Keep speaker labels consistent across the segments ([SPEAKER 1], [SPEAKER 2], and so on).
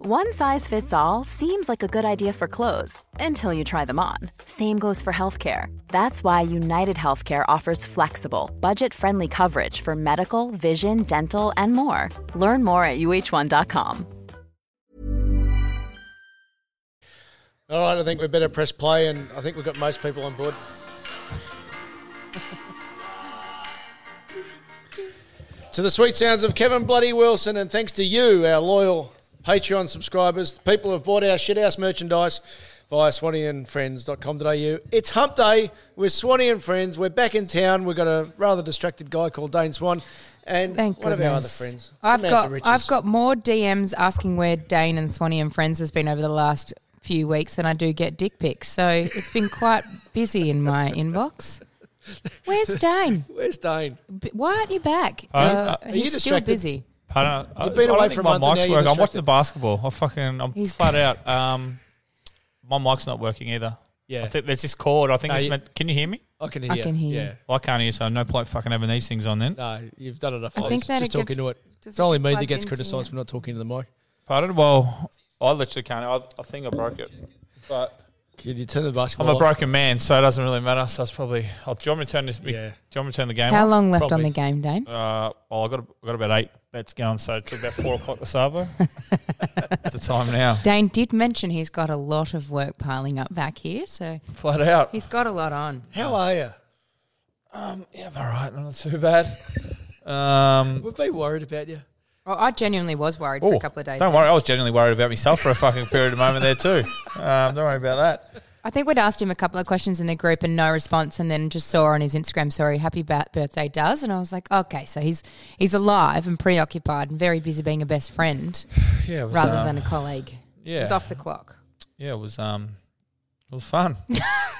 [SPEAKER 1] One size fits all seems like a good idea for clothes until you try them on. Same goes for healthcare. That's why United Healthcare offers flexible, budget friendly coverage for medical, vision, dental, and more. Learn more at uh1.com.
[SPEAKER 2] All right, I think we better press play, and I think we've got most people on board. to the sweet sounds of Kevin Bloody Wilson, and thanks to you, our loyal Patreon subscribers, the people who have bought our shithouse merchandise via swannyandfriends.com.au. It's hump day with Swanee and Friends. We're back in town. We've got a rather distracted guy called Dane Swan, and
[SPEAKER 3] Thank
[SPEAKER 2] one
[SPEAKER 3] goodness.
[SPEAKER 2] of our other friends.
[SPEAKER 3] I've
[SPEAKER 2] Samantha
[SPEAKER 3] got
[SPEAKER 2] Richards.
[SPEAKER 3] I've got more DMs asking where Dane and Swanee and friends has been over the last few weeks than I do get dick pics. So it's been quite busy in my inbox. Where's Dane?
[SPEAKER 2] Where's Dane?
[SPEAKER 3] B- Why aren't you back?
[SPEAKER 4] Uh,
[SPEAKER 3] You're-
[SPEAKER 2] are you
[SPEAKER 3] he's still
[SPEAKER 2] distracted?
[SPEAKER 3] busy.
[SPEAKER 4] I don't. I,
[SPEAKER 2] You've been
[SPEAKER 4] I
[SPEAKER 2] away
[SPEAKER 4] don't
[SPEAKER 2] for a
[SPEAKER 4] think my
[SPEAKER 2] month and now
[SPEAKER 4] mic's
[SPEAKER 2] you're
[SPEAKER 4] working. I'm
[SPEAKER 2] distracted.
[SPEAKER 4] watching the basketball. I fucking. I'm
[SPEAKER 3] He's-
[SPEAKER 4] flat out. Um, my mic's not working either.
[SPEAKER 2] Yeah.
[SPEAKER 4] I think there's this cord. I think
[SPEAKER 2] No,
[SPEAKER 4] it's
[SPEAKER 2] you-
[SPEAKER 4] meant. Can you hear me?
[SPEAKER 2] I can hear.
[SPEAKER 3] I can hear you.
[SPEAKER 2] Yeah.
[SPEAKER 4] Well, I can't hear, so no point fucking having these things on then.
[SPEAKER 2] No, you've done enough.
[SPEAKER 3] I
[SPEAKER 2] Oz.
[SPEAKER 3] think that
[SPEAKER 2] just
[SPEAKER 3] it
[SPEAKER 2] talking
[SPEAKER 3] gets-
[SPEAKER 2] to it.
[SPEAKER 3] does
[SPEAKER 2] It's
[SPEAKER 3] it
[SPEAKER 2] only
[SPEAKER 3] get
[SPEAKER 2] me that
[SPEAKER 3] plugged
[SPEAKER 2] gets
[SPEAKER 3] into
[SPEAKER 2] criticised
[SPEAKER 3] you?
[SPEAKER 2] for not talking to the mic.
[SPEAKER 4] Pardon? Well, I literally can't. I, I think I broke it. But
[SPEAKER 2] Can you turn the
[SPEAKER 4] I'm
[SPEAKER 2] basketball?
[SPEAKER 4] a
[SPEAKER 2] off?
[SPEAKER 4] broken man, so it doesn't really matter. So it's probably. I'll, do you want me to turn this?
[SPEAKER 2] Yeah.
[SPEAKER 4] Do you want me to turn the game?
[SPEAKER 3] How
[SPEAKER 4] off?
[SPEAKER 3] long left on
[SPEAKER 2] probably.
[SPEAKER 3] the game, Dane?
[SPEAKER 4] Uh, well, I got I got about eight bets going, so it's about four o'clock this hour. it's the time now.
[SPEAKER 3] Dane did mention he's got a lot of work piling up back here, so
[SPEAKER 4] Flat out.
[SPEAKER 3] he's got a lot on.
[SPEAKER 2] How are you?
[SPEAKER 4] Yeah, I'm all right. I'm not too bad. Um,
[SPEAKER 2] We've been worried about you.
[SPEAKER 3] Well, Oh, I genuinely was worried for
[SPEAKER 4] Oh,
[SPEAKER 3] a couple of days.
[SPEAKER 4] Don't
[SPEAKER 3] there.
[SPEAKER 4] worry, I was genuinely worried about myself for a fucking period of moment there too. Um, don't worry about that.
[SPEAKER 3] I think we'd asked him a couple of questions in the group and no response, and then just saw on his Instagram story, "Happy ba- birthday, does," and I was like, "Okay, so he's he's alive and preoccupied and very busy being a best friend
[SPEAKER 4] Yeah, it was,
[SPEAKER 3] rather
[SPEAKER 4] um,
[SPEAKER 3] than a colleague."
[SPEAKER 4] yeah,
[SPEAKER 3] It was off the clock.
[SPEAKER 4] yeah, it was um, it was fun.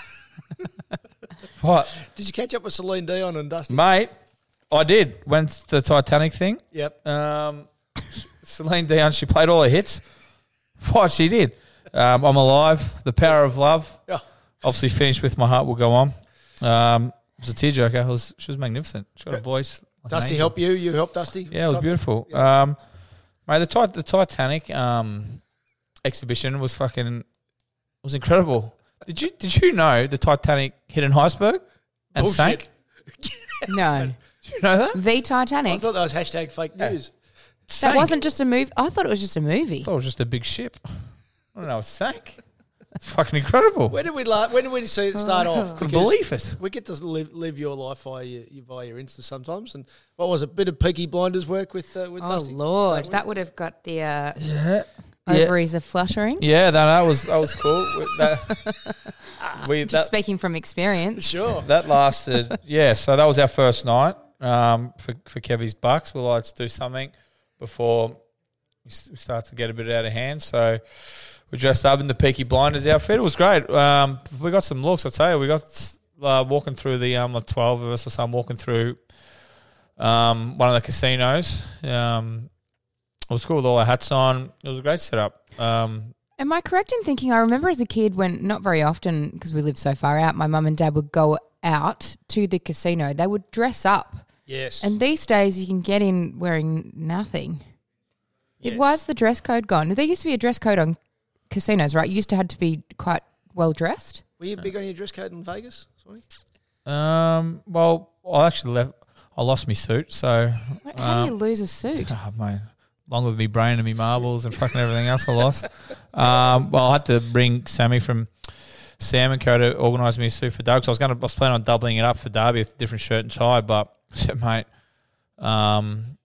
[SPEAKER 4] what,
[SPEAKER 2] Did you catch up with Celine Dion and Dusty?
[SPEAKER 4] mate? I did. When's the Titanic thing?
[SPEAKER 2] yep.
[SPEAKER 4] Um, Celine Dion, she played all her hits. What she did. Um, I'm alive. The power of love.
[SPEAKER 2] Yeah.
[SPEAKER 4] Obviously, finished with my heart will go on. Um, it was a tearjerker. It was, she was magnificent. She got a voice. like an
[SPEAKER 2] Dusty
[SPEAKER 4] angel.
[SPEAKER 2] helped you. You helped Dusty.
[SPEAKER 4] Yeah, it was beautiful. Um, mate, the tit- the Titanic um, exhibition was fucking was incredible. Did you did you know the Titanic hit an iceberg and
[SPEAKER 2] Bullshit.
[SPEAKER 4] sank?
[SPEAKER 3] No,
[SPEAKER 4] Did you know that?
[SPEAKER 3] the
[SPEAKER 2] I
[SPEAKER 3] Titanic.
[SPEAKER 2] thought that was hashtag fake news.
[SPEAKER 3] That wasn't just a movie. I thought it was just a movie.
[SPEAKER 4] I thought it was just a big ship. I don't know. It sank. It's fucking incredible.
[SPEAKER 2] When did we la- When did we see it
[SPEAKER 3] Oh.
[SPEAKER 2] start off?
[SPEAKER 4] Couldn't
[SPEAKER 2] Because
[SPEAKER 4] believe it.
[SPEAKER 2] We get to live, live your life via your, you- via your Insta sometimes, and what was it? Bit of Peaky Blinders work with uh, with
[SPEAKER 3] Oh
[SPEAKER 2] Dusty.
[SPEAKER 3] Lord, that would have got the uh, ovaries a fluttering.
[SPEAKER 4] Yeah, that, that was that was cool. We- that, we
[SPEAKER 3] Just
[SPEAKER 4] that,
[SPEAKER 3] speaking from experience.
[SPEAKER 2] Sure.
[SPEAKER 4] that lasted. Yeah, so that was our first night um, for for Kevy's bucks. Well, let's do something before we s- start to get a bit out of hand. So we dressed up in the Peaky Blinders outfit. It was great. Um, we got some looks. I tell you, we got s- uh, walking through the um, like twelve of us or some walking through um, one of the casinos. Um, it was cool with all our hats on. It was a great setup. Um,
[SPEAKER 3] Am I correct in thinking I remember as a kid when not very often because we lived so far out, my mum and dad would go out to the casino. They would dress up,
[SPEAKER 2] Yes.
[SPEAKER 3] and these days you can get in wearing nothing. It was the dress code gone. There used to be a dress code on casinos, right? You used to had to be quite well dressed.
[SPEAKER 2] Were you big on your dress code in Vegas? Sorry.
[SPEAKER 4] um, well, I actually left. I lost my suit, so
[SPEAKER 3] How do you lose a suit?
[SPEAKER 4] Oh, mate. Along with me brain and me marbles and fucking everything else I lost. Um, well, I had to bring Sammy from Sam and Co to organise me a suit for Doug. So I was going to, I was planning on doubling it up for Derby with a different shirt and tie, but shit, mate, um,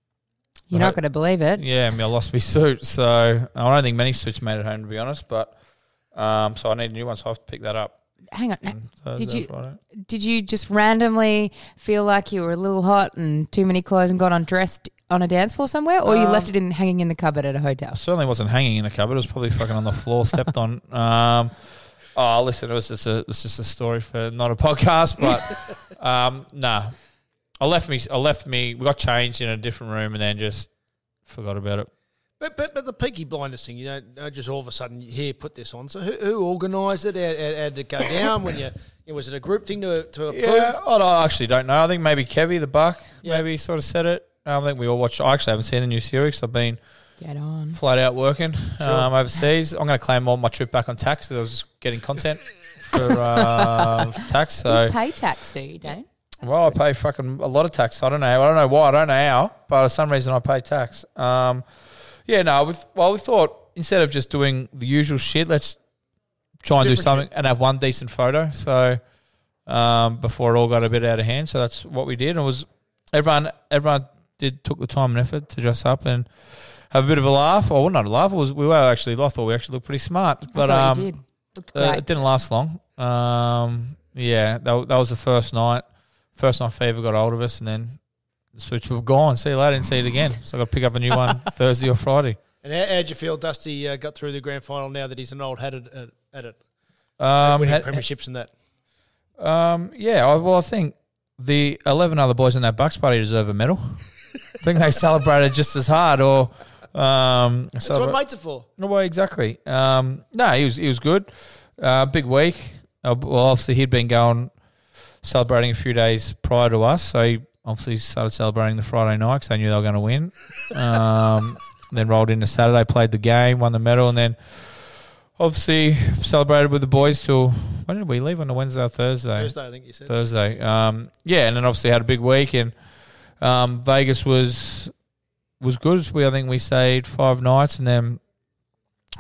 [SPEAKER 3] You're not going to believe it.
[SPEAKER 4] Yeah, I mean, I lost my suit, so I don't think many suits made it home to be honest. But um, so I need a new one, so I have to pick that up.
[SPEAKER 3] Hang on. now,
[SPEAKER 4] Thursday,
[SPEAKER 3] Did you
[SPEAKER 4] Friday.
[SPEAKER 3] did you just randomly feel like you were a little hot and too many clothes and got undressed on a dance floor somewhere, or you left it in hanging in the cupboard at a hotel?
[SPEAKER 4] I certainly wasn't hanging in a cupboard. It was probably fucking on the floor, stepped on. Um, oh, listen, it was just a it's just a story for not a podcast, but um, nah. I left me. I left me. We got changed in a different room, and then just forgot about it.
[SPEAKER 2] But, but but the peaky blindness thing, you don't know, just all of a sudden here put this on. So who, who organised it? How, how, how did it go down? When you you know, was it a group thing to to approve?
[SPEAKER 4] Yeah, I, don't- I actually don't know. I think maybe Kevy the Buck
[SPEAKER 2] Yeah.
[SPEAKER 4] maybe sort of said it. Um, I think we all watched. I actually haven't seen the new series. I've been
[SPEAKER 3] Get on.
[SPEAKER 4] flat out working um, overseas. I'm going to claim all my trip back on tax 'cause I was just getting content for, uh, for tax. So
[SPEAKER 3] Pay tax, do you, Dane?
[SPEAKER 4] well, I pay fucking a lot of tax. I don't know. I don't know why. I don't know how, but for some reason I pay tax. Um, yeah, no. We, well, we thought instead of just doing the usual shit, let's try and do
[SPEAKER 2] Different
[SPEAKER 4] something and have one decent photo. So um, before it all got a bit out of hand, so that's what we did. And it was everyone everyone did took the time and effort to dress up and have a bit of a laugh. Or well, not a laugh. It was we were actually. I thought we actually looked pretty smart, but
[SPEAKER 3] I thought
[SPEAKER 4] um,
[SPEAKER 3] you did. Looked
[SPEAKER 4] uh,
[SPEAKER 3] great.
[SPEAKER 4] it didn't last long. Um, yeah, that, wa- that was the first night. First night fever got hold of us, and then the suits were gone. See you later, didn't see it again. So I got to pick up a new one Thursday or Friday.
[SPEAKER 2] And how, how'd you feel? Dusty uh, got through the grand final now that he's an old hat at, at, at it,
[SPEAKER 4] Um,
[SPEAKER 2] winning
[SPEAKER 4] had-
[SPEAKER 2] premierships and that.
[SPEAKER 4] um, yeah, I, well, I think the eleven other boys in that Bucks party deserve a medal. I think they celebrated just as hard, or um,
[SPEAKER 2] That's what mates are for.
[SPEAKER 4] No way, exactly. Um, no, he was he was good. Uh, big week. Uh, well, obviously he'd been going celebrating a few days prior to us, so he obviously started celebrating the Friday night because they knew they were going to win. Um, then rolled into Saturday, played the game, won the medal, and then obviously celebrated with the boys till when did we leave on the Wednesday or Thursday?
[SPEAKER 2] Thursday, I think you said.
[SPEAKER 4] Thursday. Um, yeah, and then obviously had a big week, and um, Vegas was was good. We I think we stayed five nights, and then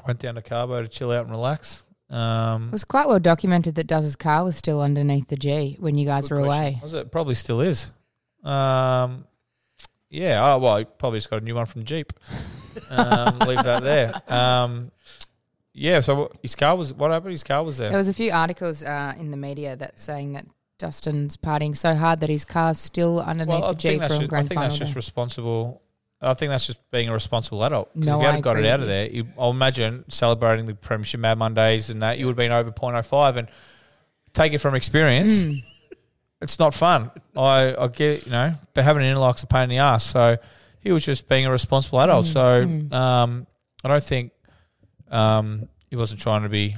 [SPEAKER 4] went down to Carbo to chill out and relax. Um,
[SPEAKER 3] It was quite well documented that Daz's car was still underneath the G when you guys
[SPEAKER 2] Good
[SPEAKER 3] were
[SPEAKER 2] question.
[SPEAKER 3] away.
[SPEAKER 4] was it probably still is? Um, yeah. Oh well, he probably just got a new one from Jeep. Um, leave that there. Um, yeah. So his car was what happened? His car was there.
[SPEAKER 3] There was a few articles uh, in the media that saying that Dustin's partying so hard that his car's still underneath
[SPEAKER 4] well, I
[SPEAKER 3] the G from
[SPEAKER 4] think that's just, I
[SPEAKER 3] grand
[SPEAKER 4] think
[SPEAKER 3] final.
[SPEAKER 4] that's just
[SPEAKER 3] day.
[SPEAKER 4] responsible. I think that's just being a responsible adult. 'Cause
[SPEAKER 3] No,
[SPEAKER 4] if you
[SPEAKER 3] I
[SPEAKER 4] hadn't got it
[SPEAKER 3] agree
[SPEAKER 4] out
[SPEAKER 3] with
[SPEAKER 4] of there, you, I'll imagine celebrating the Premiership Mad Mondays and that, you would have been over 0.05 and take it from experience.
[SPEAKER 3] Hmm.
[SPEAKER 4] It's not fun. I, I get it, you know, but having an interlock's a pain in the ass. So he was just being a responsible
[SPEAKER 3] Hmm.
[SPEAKER 4] adult. So um, I don't think um, he wasn't trying to be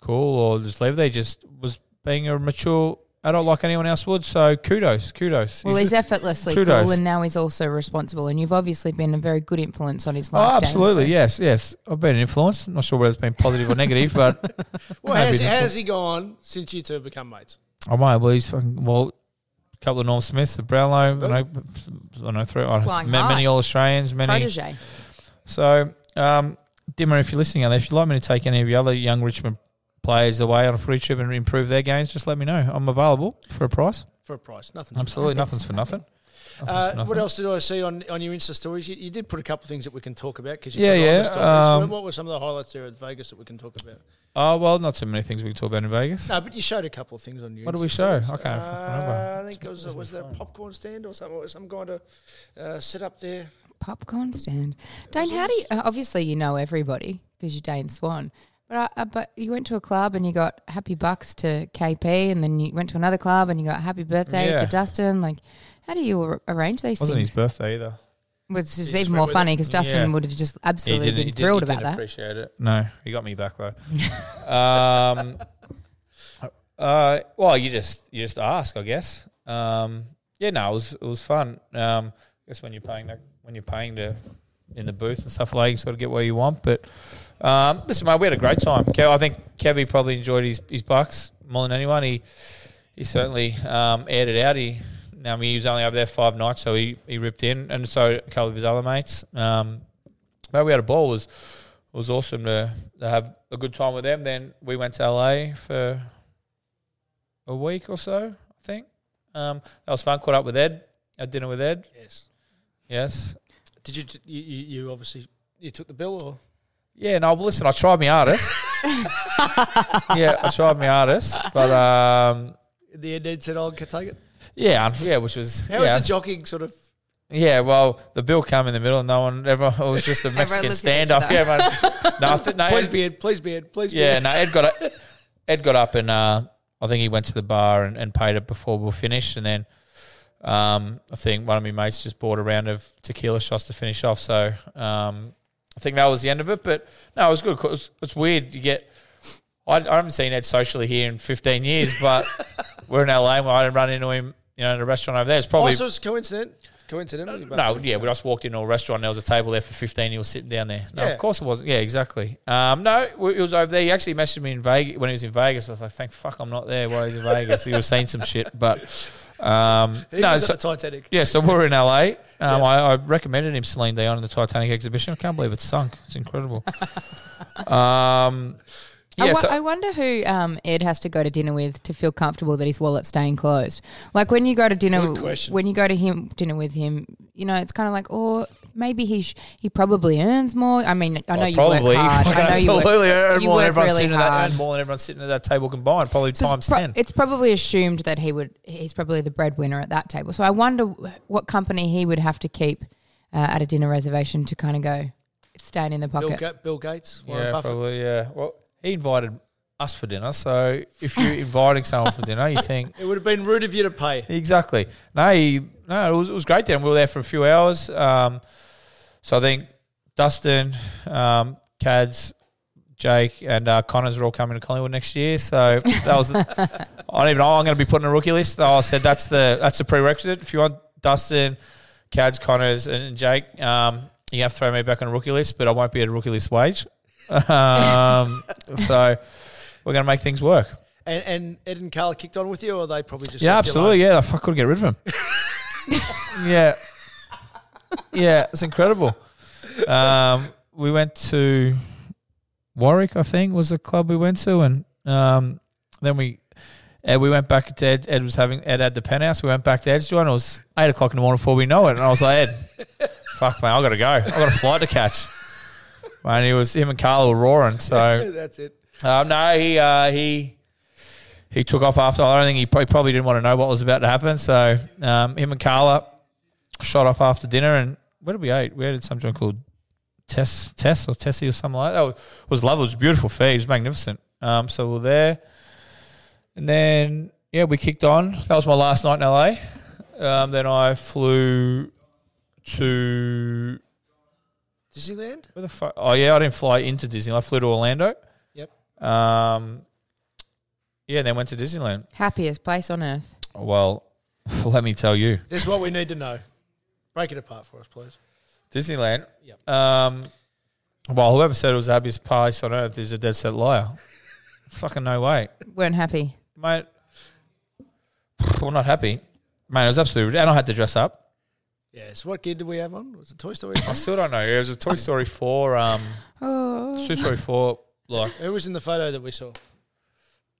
[SPEAKER 4] cool or just leave. They just was being a mature adult like anyone else would. So kudos, kudos.
[SPEAKER 3] well, he's effortlessly
[SPEAKER 4] Kudos.
[SPEAKER 3] cool, and now he's also responsible. And you've obviously been a very good influence on his
[SPEAKER 4] Oh,
[SPEAKER 3] life. Dane,
[SPEAKER 4] absolutely.
[SPEAKER 3] so-
[SPEAKER 4] Yes, yes. I've been an influence. I'm not sure whether it's been positive or negative, but
[SPEAKER 2] Well, how's,
[SPEAKER 4] Maybe that's
[SPEAKER 2] how's he gone since you two have become mates?
[SPEAKER 4] I might. Well, he's fucking, well, a couple of Norm Smiths, a Brownlow, I know, I know, three, I know
[SPEAKER 3] flying
[SPEAKER 4] ma- many
[SPEAKER 3] high.
[SPEAKER 4] All Australians, many.
[SPEAKER 3] Protege.
[SPEAKER 4] So, um, Dimmer, if you're listening out there, if you'd like me to take any of your other young Richmond players away on a footy trip and improve their games, just let me know. I'm available for a price.
[SPEAKER 2] For a price, nothing.
[SPEAKER 4] Absolutely. Nothing's for nothing. Nothing's
[SPEAKER 2] Uh,
[SPEAKER 4] for
[SPEAKER 2] what
[SPEAKER 4] nothing.
[SPEAKER 2] else did I see on, on your Insta stories? You, you did put a couple of things that we can talk about because
[SPEAKER 4] Yeah, yeah, um,
[SPEAKER 2] what were some of the highlights there at Vegas that we can talk about?
[SPEAKER 4] Oh, well, not so many things we can talk about in Vegas.
[SPEAKER 2] No, but you showed a couple of things on your.
[SPEAKER 4] What
[SPEAKER 2] Insta
[SPEAKER 4] did we show?
[SPEAKER 2] stories.
[SPEAKER 4] I can't
[SPEAKER 2] Uh,
[SPEAKER 4] remember.
[SPEAKER 2] I think it was was there a popcorn stand or something? Or some guy to uh, sit up there.
[SPEAKER 3] Popcorn stand. Dane, how do you? uh, Obviously, you know everybody because you're Dane Swan. But I, I, but you went to a club and you got happy bucks to KP, and then you went to another club and you got happy birthday
[SPEAKER 4] Yeah.
[SPEAKER 3] to Dustin. Like, how do you ar- arrange these
[SPEAKER 4] wasn't
[SPEAKER 3] things?
[SPEAKER 4] his birthday either.
[SPEAKER 3] Well, it's just
[SPEAKER 2] just
[SPEAKER 3] even
[SPEAKER 2] went
[SPEAKER 3] more
[SPEAKER 2] with
[SPEAKER 3] funny because Dustin
[SPEAKER 4] Yeah.
[SPEAKER 3] would have just
[SPEAKER 4] He
[SPEAKER 3] absolutely
[SPEAKER 4] didn't-
[SPEAKER 3] been
[SPEAKER 4] he didn't-
[SPEAKER 3] thrilled
[SPEAKER 4] he
[SPEAKER 3] about
[SPEAKER 4] didn't
[SPEAKER 3] that.
[SPEAKER 4] Appreciate it. No, he got me back though. um, uh, well, you just you just ask, I guess. Um, yeah, no, it was it was fun. Um, I guess when you're paying that when you're paying to in the booth and stuff like, that, you sort of get where you want. But um, listen, mate, we had a great time. Kev, I think Kevy probably enjoyed his his bucks more than anyone. He he certainly um, aired it out. He now I mean, he was only over there five nights, so he, he ripped in, and so a couple of his other mates. Um, but we had a ball. It was it was awesome to, to have a good time with them. Then we went to LA for a week or so, I think. Um, that was fun. Caught up with Ed. Had dinner with Ed.
[SPEAKER 2] Yes.
[SPEAKER 4] Yes.
[SPEAKER 2] Did you, you you you obviously you took the bill or
[SPEAKER 4] Yeah, no, well, listen, I tried my hardest. yeah, I tried my hardest, but um,
[SPEAKER 2] in the end? Ed said, "I can take it."
[SPEAKER 4] yeah, un- yeah, which was
[SPEAKER 2] How was
[SPEAKER 4] yeah,
[SPEAKER 2] the jockeying sort of?
[SPEAKER 4] yeah. Well, the bill came in the middle, and no one, everyone, it was just a Mexican
[SPEAKER 3] looked at each
[SPEAKER 4] standoff.
[SPEAKER 3] other.
[SPEAKER 4] Yeah, man. No, I think- no,
[SPEAKER 2] Please
[SPEAKER 4] Ed-
[SPEAKER 2] be Ed. Please be Ed. Please be
[SPEAKER 4] Yeah,
[SPEAKER 2] Ed.
[SPEAKER 4] no, Ed got up, Ed got up and uh, I think he went to the bar and, and paid it before we were finished. And then um, I think one of my mates just bought a round of tequila shots to finish off. So um, I think that was the end of it. But no, it was good. 'cause It's weird. You get. I, I haven't seen Ed socially here in 15 years, but we're in LA and I didn't run into him. You know, in a restaurant over there. It's probably
[SPEAKER 2] Oh, so it's coincident. Coincidentally, but-
[SPEAKER 4] no, yeah, we just walked into a restaurant. There was a table there for fifteen. He was sitting down there. No,
[SPEAKER 2] Yeah.
[SPEAKER 4] of course it wasn't. Yeah, exactly. Um, no, we- he was over there. He actually messaged me in Vegas when he was in Vegas. I was like, thank fuck, I'm not there. While he's in Vegas, he was seeing some shit. But um,
[SPEAKER 2] He
[SPEAKER 4] no,
[SPEAKER 2] was at
[SPEAKER 4] so,
[SPEAKER 2] the Titanic.
[SPEAKER 4] yeah, so we're in LA. Um, I, I recommended him Celine Dion in the Titanic exhibition. I can't believe it's sunk. It's incredible. um,
[SPEAKER 3] I, wo-
[SPEAKER 4] yeah, so-
[SPEAKER 3] I wonder who um, Ed has to go to dinner with to feel comfortable that his wallet's staying closed. Like when you go to dinner,
[SPEAKER 2] Good question.
[SPEAKER 3] when you go to him dinner with him, you know, it's kind of like, or maybe he sh- he probably earns more. I mean, I know you work hard. I know you work,
[SPEAKER 4] Oh, absolutely earn
[SPEAKER 3] you
[SPEAKER 4] more than
[SPEAKER 3] work
[SPEAKER 4] everyone
[SPEAKER 3] really
[SPEAKER 4] sitting at that
[SPEAKER 3] hard.
[SPEAKER 4] earn more than everyone sitting at that table combined. Probably
[SPEAKER 3] So
[SPEAKER 4] times
[SPEAKER 3] it's, pro-
[SPEAKER 4] ten.
[SPEAKER 3] it's probably assumed that he would. He's probably the breadwinner at that table. So I wonder wh- what company he would have to keep uh, at a dinner reservation to kind of go. It's staying in the
[SPEAKER 2] Bill,
[SPEAKER 3] pocket.
[SPEAKER 2] Ga- Bill Gates, Warren
[SPEAKER 4] yeah,
[SPEAKER 2] Buffett.
[SPEAKER 4] probably. Yeah. Well, he invited us for dinner, so if you're inviting someone for dinner, you think
[SPEAKER 2] It would have been rude of you to pay.
[SPEAKER 4] exactly. No, he, no, it was, it was great. Then we were there for a few hours. Um, so I think Dustin, um, Cads, Jake, and uh, Connors are all coming to Collingwood next year. So that was. I don't even know. I'm going to be putting a rookie list. Oh, I said that's the that's the prerequisite. If you want Dustin, Cads, Connors, and Jake, um, you have to throw me back on a rookie list, but I won't be at a rookie list wage. Um, so we're going to make things work.
[SPEAKER 2] And, and Ed and Carla kicked on with you, or they probably just
[SPEAKER 4] Yeah,
[SPEAKER 2] left you
[SPEAKER 4] absolutely.
[SPEAKER 2] alone?
[SPEAKER 4] Yeah, I fuck couldn't get rid of him. yeah, yeah, it's incredible. Um, we went to Warwick, I think, was the club we went to, and um, then we. Ed, we went back to Ed. Ed was having Ed had the penthouse. We went back to Ed's joint. It was eight o'clock in the morning before we know it, and I was like, Ed, fuck man, I gotta go. I got a flight to catch. Man, he was him and Carla were roaring. So
[SPEAKER 2] That's it.
[SPEAKER 4] um, no, he uh, he he took off after. I don't think he probably, probably didn't want to know what was about to happen. So um, him and Carla shot off after dinner, and where did we eat? We ate at some joint called Tess Tess or Tessie or something like that. It was lovely. It was a beautiful feed. It was magnificent. Um, so we are there, and then yeah, we kicked on. That was my last night in LA. Um, then I flew to
[SPEAKER 2] Disneyland?
[SPEAKER 4] where the fuck? Oh yeah, I didn't fly into Disney. I flew to Orlando.
[SPEAKER 2] Yep.
[SPEAKER 4] Um, yeah, and then went to Disneyland.
[SPEAKER 3] Happiest place on earth.
[SPEAKER 4] Well, let me tell you,
[SPEAKER 2] This is what we need to know. Break it apart for us, please.
[SPEAKER 4] Disneyland. Um, well, whoever said it was the happiest place on earth is a dead set liar. Fucking no way,
[SPEAKER 3] Weren't happy.
[SPEAKER 4] mate. We're not happy, mate. It was absolutely, and I had to dress up.
[SPEAKER 2] Yes. What gear did we have on? Was it Toy Story?
[SPEAKER 4] I still don't know. It was a Toy Story four. Um, Toy Story four, like
[SPEAKER 2] Who was in the photo that we saw?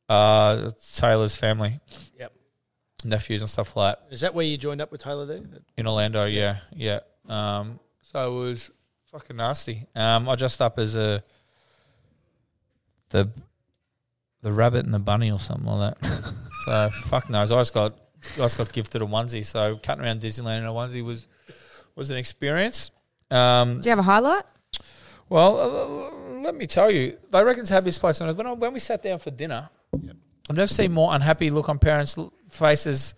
[SPEAKER 4] uh, Taylor's family,
[SPEAKER 2] Yep.
[SPEAKER 4] nephews, and stuff like that.
[SPEAKER 2] Is that where you joined up with Taylor there?
[SPEAKER 4] In Orlando, yeah, yeah. Um, so it was fucking nasty. Um, I dressed up as a the the rabbit and the bunny or something like that. so fuck knows. I just got I just got gifted a onesie. So cutting around Disneyland in a onesie was was an experience. Um,
[SPEAKER 3] Do you have a highlight?
[SPEAKER 4] well, uh, let me tell you, I reckon it's the happiest place on earth. When, I, when we sat down for dinner, I've never seen more unhappy look on parents' l- faces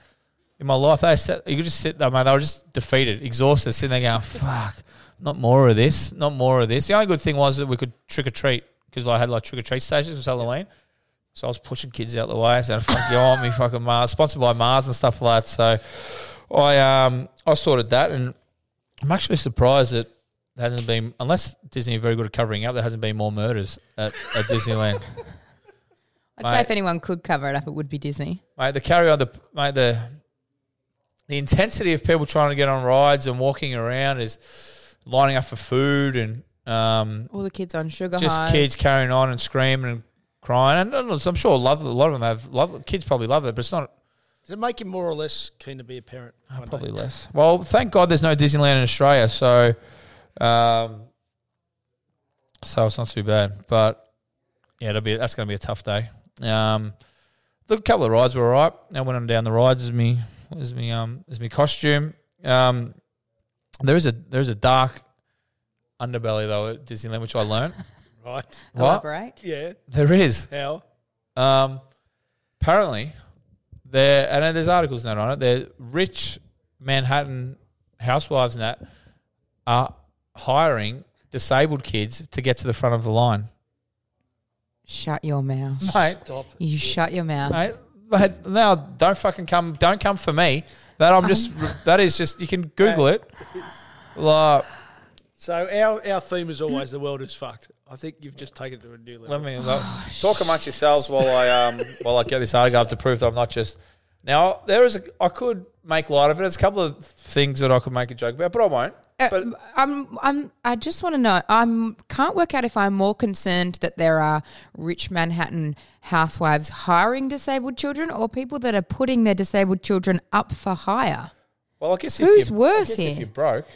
[SPEAKER 4] in my life. They sat, you could just sit there, mate. They were just defeated, exhausted, sitting there going, "Fuck, not more of this, not more of this." The only good thing was that we could trick or treat because I had like trick or treat stations. It was Halloween, so I was pushing kids out the way. I said, "Fuck you, want me fucking Mars?" Sponsored by Mars and stuff like that. So I um I sorted that, and I'm actually surprised that there hasn't been, unless Disney are very good at covering up, there hasn't been more murders at, at Disneyland.
[SPEAKER 3] I'd
[SPEAKER 4] Mate.
[SPEAKER 3] say if anyone could cover it up, it would be Disney.
[SPEAKER 4] mate, the carry on, the mate, the the intensity of people trying to get on rides and walking around is lining up for food and um,
[SPEAKER 3] All the kids on sugar
[SPEAKER 4] just
[SPEAKER 3] high.
[SPEAKER 4] kids carrying on and screaming and crying. And I'm sure love, a lot of them have love. Kids probably love it, but it's not.
[SPEAKER 2] Did it make you more or less keen to be a parent? one day?
[SPEAKER 4] Uh, Probably less. Well, thank God there's no Disneyland in Australia, so um, so it's not too bad. But yeah, it'll be that's going to be a tough day. Um, the a couple of rides were alright. I went on down the rides as me as me um as me costume. Um, there is a there is a dark underbelly though at Disneyland, which I learned.
[SPEAKER 2] Right.
[SPEAKER 3] Elaborate.
[SPEAKER 2] Yeah.
[SPEAKER 4] There is.
[SPEAKER 2] How?
[SPEAKER 4] Um, apparently, there and there's articles and that on it. They're rich Manhattan housewives and that are hiring disabled kids to get to the front of the line.
[SPEAKER 3] Shut your mouth.
[SPEAKER 4] Mate,
[SPEAKER 2] Stop.
[SPEAKER 3] You shut your mouth.
[SPEAKER 4] mate, mate, now don't fucking come. Don't come for me. That I'm just. that is just. You can Google it. Like,
[SPEAKER 2] So our, our theme is always the world is fucked. I think you've just taken it to a new level.
[SPEAKER 4] let me like, Oh, talk amongst yourselves while I um while I get this article up to prove that I'm not just. Now there is a, I could make light of it. There's a couple of things that I could make a joke about, but I won't.
[SPEAKER 3] Uh,
[SPEAKER 4] But
[SPEAKER 3] I'm, I'm, I just want to know. I'm can't work out if I'm more concerned that there are rich Manhattan housewives hiring disabled children, or people that are putting their disabled children up for hire.
[SPEAKER 4] Well, I guess
[SPEAKER 3] Who's
[SPEAKER 4] if you,
[SPEAKER 3] worse
[SPEAKER 4] I guess
[SPEAKER 3] here?
[SPEAKER 4] If you're broke,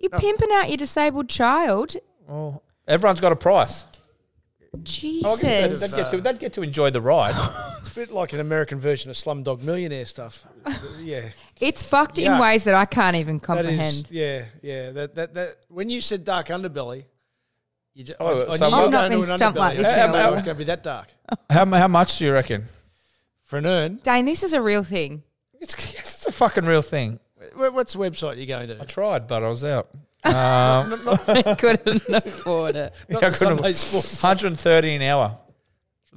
[SPEAKER 3] You're
[SPEAKER 4] Oh.
[SPEAKER 3] pimping out your disabled child.
[SPEAKER 4] well, everyone's got a price. I guess they'd-
[SPEAKER 3] Jesus.
[SPEAKER 4] they'd, get to, they'd get to enjoy the ride.
[SPEAKER 2] It's a bit like an American version of Slumdog Millionaire stuff. yeah.
[SPEAKER 3] It's fucked in
[SPEAKER 2] Yuck.
[SPEAKER 3] ways that I can't even
[SPEAKER 2] That
[SPEAKER 3] comprehend.
[SPEAKER 2] is, yeah, yeah. That, that, that, when you said dark underbelly, you just,
[SPEAKER 4] Oh,
[SPEAKER 2] I, I
[SPEAKER 4] so
[SPEAKER 2] knew
[SPEAKER 4] I've
[SPEAKER 2] you were
[SPEAKER 4] not
[SPEAKER 2] going
[SPEAKER 3] been
[SPEAKER 2] to an
[SPEAKER 3] stumped like
[SPEAKER 2] underbelly.
[SPEAKER 3] this
[SPEAKER 2] I
[SPEAKER 3] in a
[SPEAKER 2] didn't know it
[SPEAKER 3] while.
[SPEAKER 2] was going to be that dark.
[SPEAKER 4] how, mu- how much do you reckon?
[SPEAKER 2] For an urn,
[SPEAKER 3] Dane, this is a real thing.
[SPEAKER 4] It's, yes, it's a fucking real thing.
[SPEAKER 2] wh- what's the website you're going to?
[SPEAKER 4] I tried, but I was out.
[SPEAKER 3] Couldn't afford it.
[SPEAKER 2] Not
[SPEAKER 4] Yeah,
[SPEAKER 2] the
[SPEAKER 4] I couldn't-
[SPEAKER 2] Sunday Sport.
[SPEAKER 4] 130 an hour.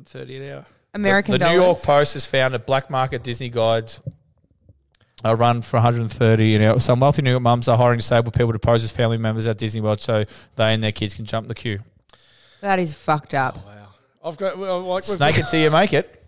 [SPEAKER 2] 30 an hour.
[SPEAKER 3] American
[SPEAKER 4] the, the
[SPEAKER 3] dollars.
[SPEAKER 4] New York Post has found that black market Disney guides are run for 130 an hour. Some wealthy New York mums are hiring disabled people to pose as family members at Disney World so they and their kids can jump the queue.
[SPEAKER 3] That is fucked up.
[SPEAKER 2] Wow. I've got, well, like, we've,
[SPEAKER 4] Snake it till you make it.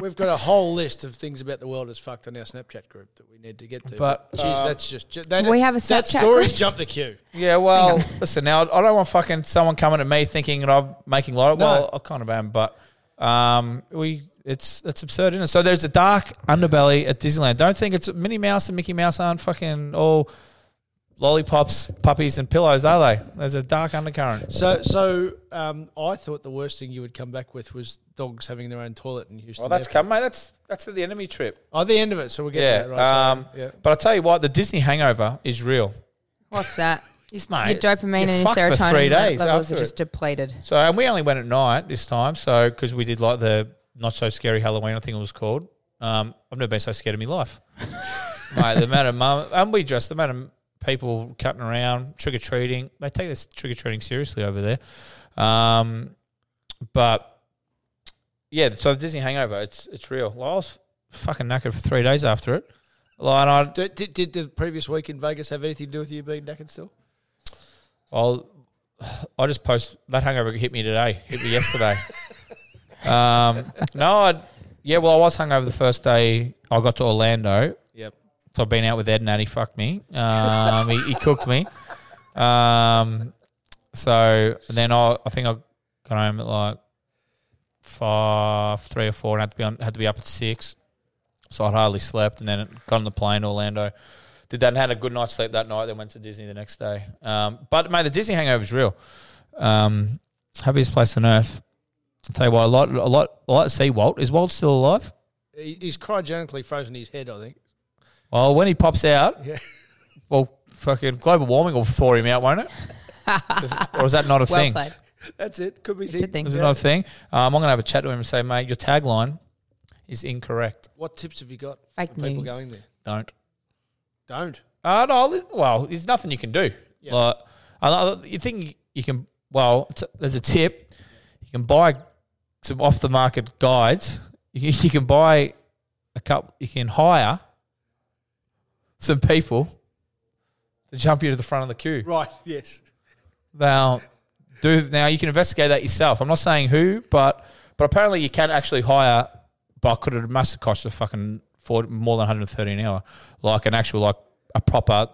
[SPEAKER 2] we've got a whole list of things about the world as fucked on our Snapchat group that we need to get to.
[SPEAKER 4] But, uh,
[SPEAKER 2] geez, that's just, ju- that,
[SPEAKER 3] We have a
[SPEAKER 2] That
[SPEAKER 3] Snapchat
[SPEAKER 2] story
[SPEAKER 3] group.
[SPEAKER 2] jumped the queue.
[SPEAKER 4] Yeah, well, listen. Now I don't want fucking someone coming at me thinking that I'm making light. of it.
[SPEAKER 2] No.
[SPEAKER 4] Well, I kind of am, but um, we it's it's absurd, isn't it? So there's a dark underbelly at Disneyland. Don't think it's Minnie Mouse and Mickey Mouse aren't fucking all lollipops, puppies, and pillows, are they? There's a dark undercurrent.
[SPEAKER 2] So, so um, I thought the worst thing you would come back with was dogs having their own toilet in Houston.
[SPEAKER 4] Well, that's
[SPEAKER 2] Airport.
[SPEAKER 4] come, mate. That's that's the enemy trip.
[SPEAKER 2] Oh, the end of it. So we'll get
[SPEAKER 4] Yeah.
[SPEAKER 2] to that. Right,
[SPEAKER 4] um,
[SPEAKER 2] sorry. yeah.
[SPEAKER 4] But I tell you what, the Disney hangover is real.
[SPEAKER 3] What's that? Your,
[SPEAKER 4] Mate,
[SPEAKER 3] your dopamine
[SPEAKER 4] you're
[SPEAKER 3] and your
[SPEAKER 4] fucked for
[SPEAKER 3] serotonin
[SPEAKER 4] three days
[SPEAKER 3] levels
[SPEAKER 4] after
[SPEAKER 3] are
[SPEAKER 4] it.
[SPEAKER 3] just depleted.
[SPEAKER 4] So, and we only went at night this time, so because we did like the not so scary Halloween, I think it was called. Um, I've never been so scared in my life. Mate, the amount of mum and we dressed the amount of people cutting around, trick or treating. They take this trick or treating seriously over there. Um, but yeah, so the Disney hangover, it's it's real. Like, I was fucking knackered for three days after it. Like, and I
[SPEAKER 2] Did, did, did the previous week in Vegas have anything to do with you being knackered still?
[SPEAKER 4] I'll, I just post that hangover hit me today. Hit me yesterday. um, no, I yeah. Well, I was hungover the first day I got to Orlando.
[SPEAKER 2] Yep.
[SPEAKER 4] So I've been out with Ed and Annie. Fucked me. Um, he, he cooked me. Um, so then I, I think I got home at like five, three or four, and had to be on, had to be up at six. So I hardly slept, and then got on the plane to Orlando. Did that and had a good night's sleep that night. Then went to Disney the next day. Um, but mate, the Disney hangover is real. Um, happiest place on earth. I'll tell you what, a lot, a lot, a lot to see. Walt is Walt still alive?
[SPEAKER 2] He, he's cryogenically frozen his head, I think.
[SPEAKER 4] Well, when he pops out,
[SPEAKER 2] Yeah.
[SPEAKER 4] well, fucking global warming will thaw him out, won't it? or is that not a
[SPEAKER 3] Well
[SPEAKER 4] thing?
[SPEAKER 3] played.
[SPEAKER 2] That's it. Could be
[SPEAKER 3] It's a thing.
[SPEAKER 4] Is it not a thing? Um, I'm going to have a chat to him and say, mate, your tagline is incorrect.
[SPEAKER 2] What tips have you got
[SPEAKER 3] Fake
[SPEAKER 2] for people
[SPEAKER 3] news.
[SPEAKER 2] going there?
[SPEAKER 4] Don't.
[SPEAKER 2] Don't.
[SPEAKER 4] Uh, no, li- well, there's nothing you can do.
[SPEAKER 2] Yeah.
[SPEAKER 4] Like, I, I- you think you can, well, t- there's a tip. You can buy some off the market guides. You, you can buy a couple, you can hire some people to jump you to the front of the queue.
[SPEAKER 2] Right, yes.
[SPEAKER 4] Now, do now you can investigate that yourself. I'm not saying who, but but apparently you can actually hire. But could it must have cost a fucking for more than 130 an hour, like an actual like a proper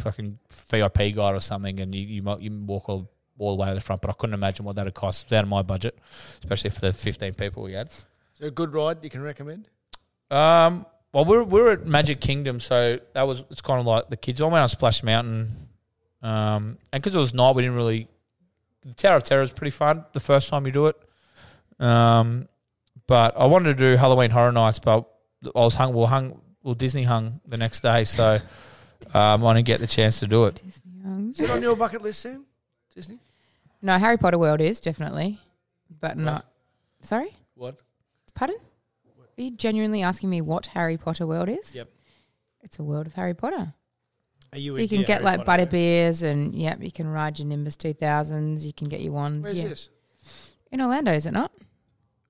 [SPEAKER 4] fucking VIP guide or something, and you you might you walk all, all the way to the front. But I couldn't imagine what that would cost. It's out of my budget, especially for the 15 people we had.
[SPEAKER 2] So a good ride you can recommend?
[SPEAKER 4] Um, well, we're we're at Magic Kingdom, so that was it's kind of like the kids. I went on Splash Mountain, um, and because it was night, we didn't really. The Tower of Terror is pretty fun the first time you do it, um, but I wanted to do Halloween Horror Nights, but I was hung. Well, hung. Well, Disney hung the next day, so um, I didn't get the chance to do it.
[SPEAKER 2] Is it on your bucket list, Sam? Disney?
[SPEAKER 3] No, Harry Potter World is definitely, but not. Sorry,
[SPEAKER 2] What?
[SPEAKER 3] pardon. Are you genuinely asking me what Harry Potter World is?
[SPEAKER 2] Yep.
[SPEAKER 3] It's a world of Harry Potter.
[SPEAKER 2] Are you
[SPEAKER 3] So
[SPEAKER 2] in
[SPEAKER 3] you can
[SPEAKER 2] here,
[SPEAKER 3] get
[SPEAKER 2] Harry
[SPEAKER 3] like
[SPEAKER 2] Potter?
[SPEAKER 3] butter beers and yeah, you can ride your Nimbus 2000s. You can get your wands.
[SPEAKER 2] Where's
[SPEAKER 3] yeah.
[SPEAKER 2] this?
[SPEAKER 3] In Orlando, is it not?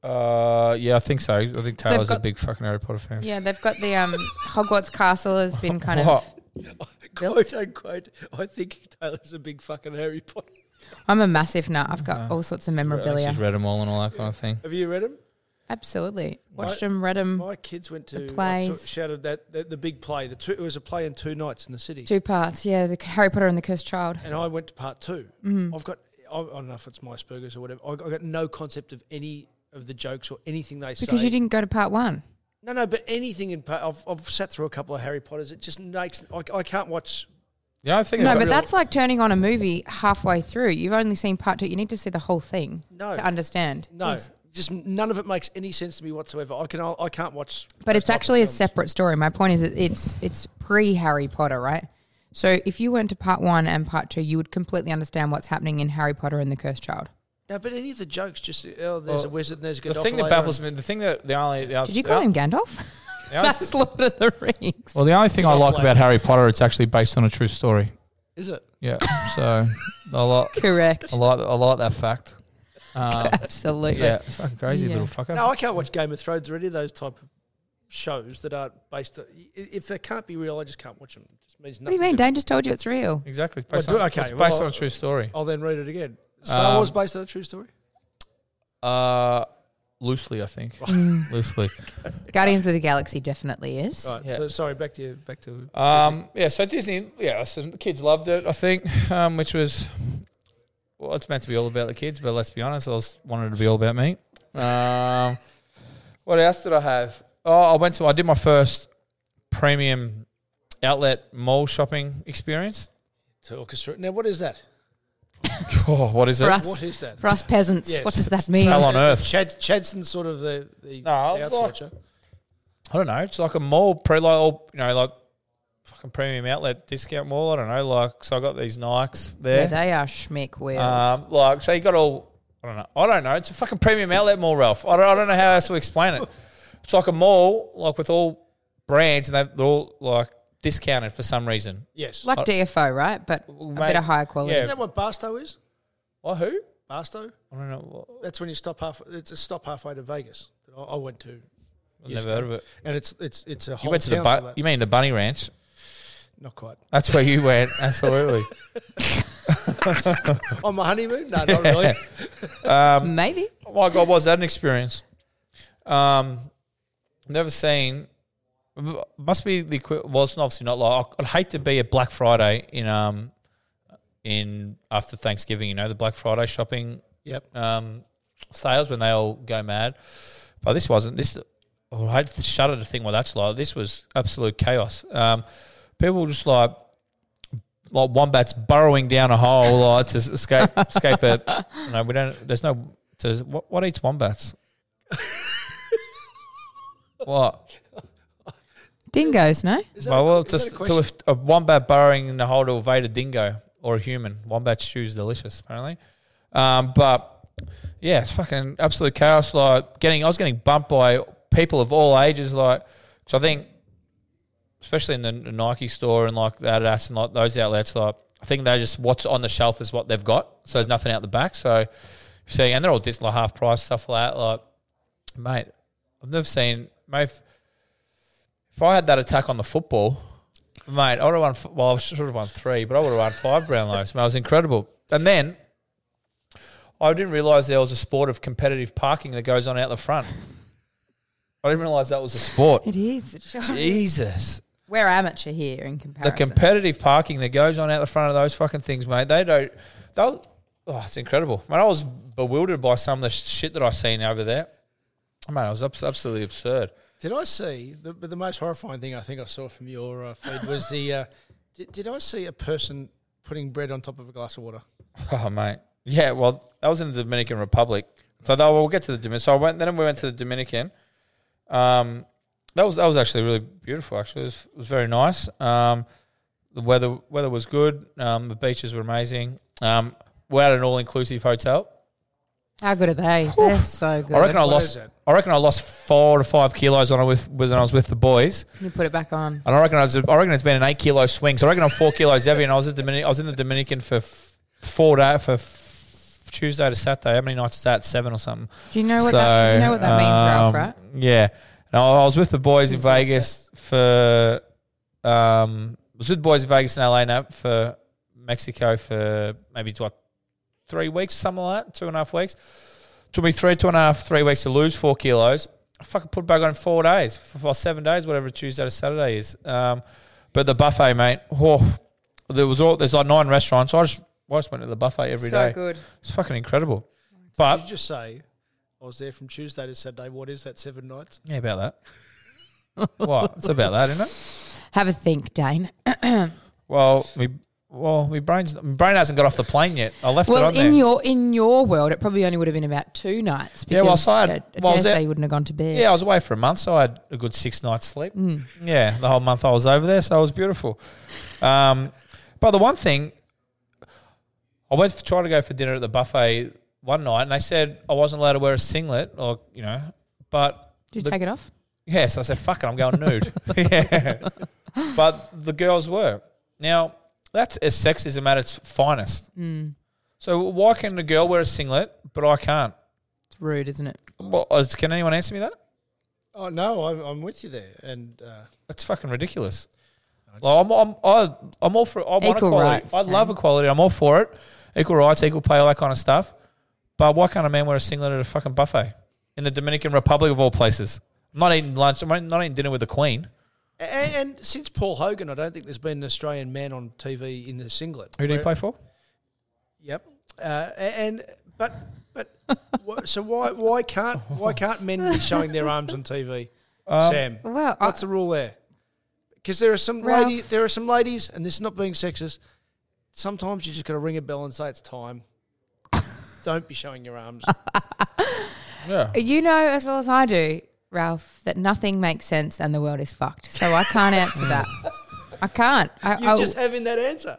[SPEAKER 4] Uh, yeah, I think so. I think Taylor's a
[SPEAKER 3] got-
[SPEAKER 4] big fucking Harry Potter fan.
[SPEAKER 3] Yeah, they've got the um, Hogwarts Castle has been kind of.
[SPEAKER 4] What?
[SPEAKER 2] Quote unquote, I think Taylor's a big fucking Harry Potter.
[SPEAKER 3] I'm a massive nut. I've
[SPEAKER 4] Uh-huh.
[SPEAKER 3] got all sorts of memorabilia.
[SPEAKER 4] She's read them all and all that kind of thing.
[SPEAKER 2] Have you read him?
[SPEAKER 3] Absolutely. Watched them, read them.
[SPEAKER 2] My kids went to
[SPEAKER 3] The
[SPEAKER 2] I
[SPEAKER 3] plays.
[SPEAKER 2] sort of shouted that, that the big play. The two, it was a play in two nights in the city,
[SPEAKER 3] Two parts. Yeah, the Harry Potter and the Cursed Child.
[SPEAKER 2] and I went to part 2
[SPEAKER 3] Mm-hmm.
[SPEAKER 2] I've got I, I don't know if it's my Spurgers or whatever. I, I got no concept of any of the jokes or anything they say.
[SPEAKER 3] Because you didn't go to part one.
[SPEAKER 2] No, no, but anything in part. I've, I've sat through a couple of Harry Potters. It just makes I, I can't watch.
[SPEAKER 4] Yeah, I think
[SPEAKER 3] No,
[SPEAKER 4] they've
[SPEAKER 3] but
[SPEAKER 4] got-
[SPEAKER 3] that's like turning on a movie halfway through. You've only seen part two. You need to see the whole thing
[SPEAKER 2] No.
[SPEAKER 3] to understand.
[SPEAKER 2] No, just none of it makes any sense to me whatsoever. I can I, I can't watch.
[SPEAKER 3] But
[SPEAKER 2] those
[SPEAKER 3] it's
[SPEAKER 2] type of
[SPEAKER 3] actually a
[SPEAKER 2] films.
[SPEAKER 3] separate story. My point is, it- it's it's pre Harry Potter, right? So if you went to part one and part two, you would completely understand what's happening in Harry Potter and the Cursed Child.
[SPEAKER 2] No, but any of the jokes just oh, there's a wizard and there's a
[SPEAKER 4] the
[SPEAKER 2] good.
[SPEAKER 4] thing that baffles me. The thing that the only the
[SPEAKER 3] Did you call him Gandalf?
[SPEAKER 4] Yeah,
[SPEAKER 3] That's Lord of the Rings.
[SPEAKER 4] Well, the only thing I
[SPEAKER 2] Off
[SPEAKER 4] like
[SPEAKER 2] label.
[SPEAKER 4] about Harry Potter, it's actually based on a true story.
[SPEAKER 2] Is it?
[SPEAKER 4] Yeah, so I like,
[SPEAKER 3] Correct.
[SPEAKER 4] I like, I like that fact. Um,
[SPEAKER 3] Absolutely.
[SPEAKER 4] yeah, it's fucking crazy
[SPEAKER 3] Yeah.
[SPEAKER 4] little fucker.
[SPEAKER 2] No, I can't watch Game of Thrones or any of those type of shows that aren't based. On, i- if they can't be real, I just can't watch them. It just means
[SPEAKER 3] What do
[SPEAKER 2] nothing.
[SPEAKER 3] you mean?
[SPEAKER 2] to me.
[SPEAKER 3] Dane just told you it's real.
[SPEAKER 4] exactly. It's based,
[SPEAKER 2] Well, do-
[SPEAKER 4] on,
[SPEAKER 2] okay,
[SPEAKER 4] it's based
[SPEAKER 2] well,
[SPEAKER 4] on a true story,
[SPEAKER 2] I'll then read it again. Star
[SPEAKER 4] Um,
[SPEAKER 2] Wars based on a true story.
[SPEAKER 4] uh, loosely, I think.
[SPEAKER 3] Mm.
[SPEAKER 4] loosely.
[SPEAKER 3] Guardians of the Galaxy definitely is.
[SPEAKER 2] Right.
[SPEAKER 4] yeah.
[SPEAKER 2] So sorry, back to you. Back to.
[SPEAKER 4] Um, yeah, so Disney, yeah, listen, the kids loved it, I think, um, which was, well, it's meant to be all about the kids, but let's be honest, I was wanted it to be all about me. Um, what else did I have? Oh, I went to, I did my first premium outlet mall shopping experience.
[SPEAKER 2] to orchestra. Now, what is that?
[SPEAKER 4] Oh, what is it?
[SPEAKER 3] For us,
[SPEAKER 2] What is that?
[SPEAKER 3] for us peasants,
[SPEAKER 2] Yes.
[SPEAKER 3] what does that mean?
[SPEAKER 4] Hell on earth.
[SPEAKER 2] Chad Chadson's sort of the the
[SPEAKER 4] No,
[SPEAKER 2] the
[SPEAKER 4] it's
[SPEAKER 2] outside
[SPEAKER 4] like-
[SPEAKER 2] show.
[SPEAKER 4] I don't know. It's like a mall, pre like all- you know, like fucking premium outlet discount mall. I don't know. Like, so I got these Nikes there.
[SPEAKER 3] Yeah, they are schmick wheels.
[SPEAKER 4] Um, like, so you got all. I don't know. I don't know. It's a fucking premium outlet mall, Ralph. I don't, I don't know how else to explain it. It's like a mall, like with all brands, and they- they're all like discounted for some reason.
[SPEAKER 2] Yes.
[SPEAKER 3] like DFO, right? But a
[SPEAKER 4] mate,
[SPEAKER 3] bit of higher quality.
[SPEAKER 4] yeah.
[SPEAKER 2] Isn't that what Barstow is?
[SPEAKER 4] Oh, who?
[SPEAKER 2] Barstow.
[SPEAKER 4] I don't know.
[SPEAKER 2] That's when you stop half. It's a stop halfway to Vegas. that I, I went to,
[SPEAKER 4] I've never heard of it.
[SPEAKER 2] and it's it's it's a whole.
[SPEAKER 4] You went to the
[SPEAKER 2] town for
[SPEAKER 4] bu-
[SPEAKER 2] that.
[SPEAKER 4] You mean the Bunny Ranch?
[SPEAKER 2] Not quite.
[SPEAKER 4] That's where you went. Absolutely.
[SPEAKER 2] On my honeymoon? No, not really.
[SPEAKER 3] Maybe.
[SPEAKER 4] Oh my god, was that an experience? Um, never seen. Must be the equi- well. It's obviously not like I'd hate to be at Black Friday in um in after Thanksgiving. You know the Black Friday shopping
[SPEAKER 2] Yep.
[SPEAKER 4] um sales when they all go mad. But this wasn't this. Oh, I had to shudder to think what that's like. This was absolute chaos. Um, people just like like wombats burrowing down a hole like, to escape escape a. No, we don't. There's no. To, what, what eats wombats? what?
[SPEAKER 3] Dingoes, no?
[SPEAKER 4] Well, well,
[SPEAKER 2] is that
[SPEAKER 4] just
[SPEAKER 2] a
[SPEAKER 4] to a, a wombat burrowing in the hole to evade a dingo or a human. Wombat stew's delicious, apparently. Um, but yeah, it's fucking absolute chaos. Like getting, I was getting bumped by people of all ages. Like, so I think, especially in the, the Nike store and like that Adidas and like those outlets, like I think they just what's on the shelf is what they've got. So there's nothing out the back. So see, and they're all just like half price stuff like that. Like, mate, I've never seen mate. If, if I had that attack on the football, mate, I would have won. f- Well, I should have won three, but I would have won five Brownlows. Mate, it was incredible. And then I didn't realize there was a sport of competitive parking that goes on out the front. I didn't realize that was a sport.
[SPEAKER 3] It is.
[SPEAKER 4] Jesus,
[SPEAKER 3] We're amateur here in
[SPEAKER 4] the
[SPEAKER 3] comparison.
[SPEAKER 4] competitive parking that goes on out the front of those fucking things, mate. They don't. They'll. Oh, it's incredible. Mate, I was bewildered by some of the sh- shit that I seen over there. Man, it was abs- absolutely absurd.
[SPEAKER 2] Did I see the but the most horrifying thing I think I saw from your uh, feed was the uh, did, did I see a person putting bread on top of a glass of water?
[SPEAKER 4] Oh, mate. Yeah, well, that was in the Dominican Republic. So that, we'll get to the Dominican. So I went, then we went to the Dominican. Um, that was that was actually really beautiful. Actually, it was, it was very nice. Um, the weather weather was good. Um, the beaches were amazing. Um, we're at an all inclusive hotel.
[SPEAKER 3] How good are they? They're so good.
[SPEAKER 4] I reckon I
[SPEAKER 2] What is
[SPEAKER 4] lost.
[SPEAKER 2] it?
[SPEAKER 4] I reckon I lost four to five kilos when I with when I was with the boys.
[SPEAKER 3] you put it back on.
[SPEAKER 4] And I reckon I, was, I reckon it's been an eight kilo swing. So I reckon I'm four kilos heavy. And I was at Dominic, I was in the Dominican for f- four day for f- Tuesday to Saturday. How many nights is that? Seven or something.
[SPEAKER 3] Do you know what
[SPEAKER 4] so,
[SPEAKER 3] that? You know what that means, Ralph?
[SPEAKER 4] um,
[SPEAKER 3] Right?
[SPEAKER 4] Yeah. And I, I was with the boys in
[SPEAKER 3] He sensed
[SPEAKER 4] Vegas for um. I was with the boys in Vegas and LA now for Mexico for maybe what three weeks, something like that, two and a half weeks. Took me three, two and a half, three weeks to lose four kilos. I fucking put it back on in four days, f- or seven days, whatever Tuesday to Saturday is. Um, but the buffet, mate, oh, there was all there's like nine restaurants. I just I just went to the buffet every day.
[SPEAKER 3] so good.
[SPEAKER 4] It's fucking incredible. But
[SPEAKER 2] Did you just say I was there from Tuesday to Saturday? What is that? Seven nights?
[SPEAKER 4] Yeah, about that. what? It's about that, isn't it?
[SPEAKER 3] Have a think, Dane.
[SPEAKER 4] Well, we well, my brain's my brain hasn't got off the plane yet. I left it
[SPEAKER 3] Well,
[SPEAKER 4] on there.
[SPEAKER 3] in your in your world, it probably only would have been about two nights. Because
[SPEAKER 4] Yeah, well, so I had-
[SPEAKER 3] uh,
[SPEAKER 4] well, I was
[SPEAKER 3] Jose
[SPEAKER 4] out-
[SPEAKER 3] wouldn't have gone to bed.
[SPEAKER 4] yeah, I was away for a month, so I had a good six nights sleep.
[SPEAKER 3] Hmm.
[SPEAKER 4] Yeah, the whole month I was over there, so it was beautiful. Um, but the one thing, I went to try to go for dinner at the buffet one night, and they said I wasn't allowed to wear a singlet, or you know, but
[SPEAKER 3] Did you
[SPEAKER 4] the-
[SPEAKER 3] take it off?
[SPEAKER 4] Yeah, so I said, fuck it, I'm going nude. yeah. But the girls were. Now, that's as sexism at its finest.
[SPEAKER 3] Mm.
[SPEAKER 4] So why can the girl wear a singlet, but I can't?
[SPEAKER 3] It's rude, isn't it?
[SPEAKER 4] Well, is- can anyone answer me that?
[SPEAKER 2] Oh no, I'm, I'm with you there. And uh,
[SPEAKER 4] That's fucking ridiculous. Like, I'm, I'm, I, I'm all for I want
[SPEAKER 3] Equal
[SPEAKER 4] equality.
[SPEAKER 3] rights,
[SPEAKER 4] I love
[SPEAKER 3] Karen.
[SPEAKER 4] equality. I'm all for it. Equal rights, equal pay, all that kind of stuff. But why can't a man wear a singlet at a fucking buffet in the Dominican Republic of all places? I'm not eating lunch. I'm not eating dinner with the Queen.
[SPEAKER 2] and, and since Paul Hogan, I don't think there's been an Australian man on TV in the singlet.
[SPEAKER 4] Who do you
[SPEAKER 2] Where-
[SPEAKER 4] play for?
[SPEAKER 2] Yep. Uh, a- and but but wha- so why why can't why can't men be showing their arms on TV?
[SPEAKER 4] Um,
[SPEAKER 2] Sam,
[SPEAKER 3] well, I-
[SPEAKER 2] what's the rule there? Because there are some
[SPEAKER 3] Ralph.
[SPEAKER 2] ladies, there are some ladies, and this is not being sexist. Sometimes you just got to ring a bell and say it's time. Don't be showing your arms.
[SPEAKER 4] Yeah.
[SPEAKER 3] You know as well as I do, Ralph, that nothing makes sense and the world is fucked. So I can't answer that. I can't. I,
[SPEAKER 2] You're
[SPEAKER 3] I-
[SPEAKER 2] just having that answer.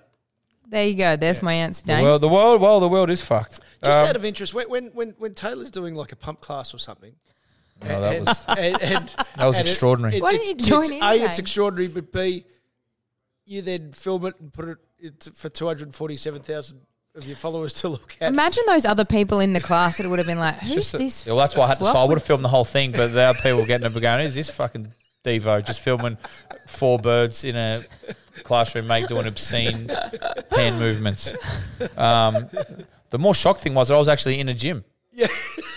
[SPEAKER 3] there you go. There's my answer, Dane.
[SPEAKER 4] Well, the world, well, the world is fucked.
[SPEAKER 2] Just
[SPEAKER 4] Um,
[SPEAKER 2] out of interest, when, when when when Taylor's doing like a pump class or something,
[SPEAKER 4] no, that
[SPEAKER 2] and-
[SPEAKER 4] was
[SPEAKER 2] and, and-
[SPEAKER 4] that was
[SPEAKER 2] and it-
[SPEAKER 4] extraordinary.
[SPEAKER 2] it-
[SPEAKER 3] Why don't
[SPEAKER 2] it's-
[SPEAKER 3] you join
[SPEAKER 2] it's-
[SPEAKER 3] in,
[SPEAKER 2] A, it's
[SPEAKER 3] Dane?
[SPEAKER 2] extraordinary, but B, you then film it and put it it's for two hundred forty-seven thousand of your followers to look at.
[SPEAKER 3] Imagine those other people in the class that would have been like, who's
[SPEAKER 4] just a-
[SPEAKER 3] this?
[SPEAKER 4] yeah, well, that's why I had to.
[SPEAKER 3] fuck
[SPEAKER 4] So I would
[SPEAKER 3] with-
[SPEAKER 4] have filmed the whole thing, but there are people getting up and going, "Is this fucking Devo just filming four birds in a classroom, mate, doing obscene hand movements?" Um, the more shock thing was that I was actually in a gym. Yeah,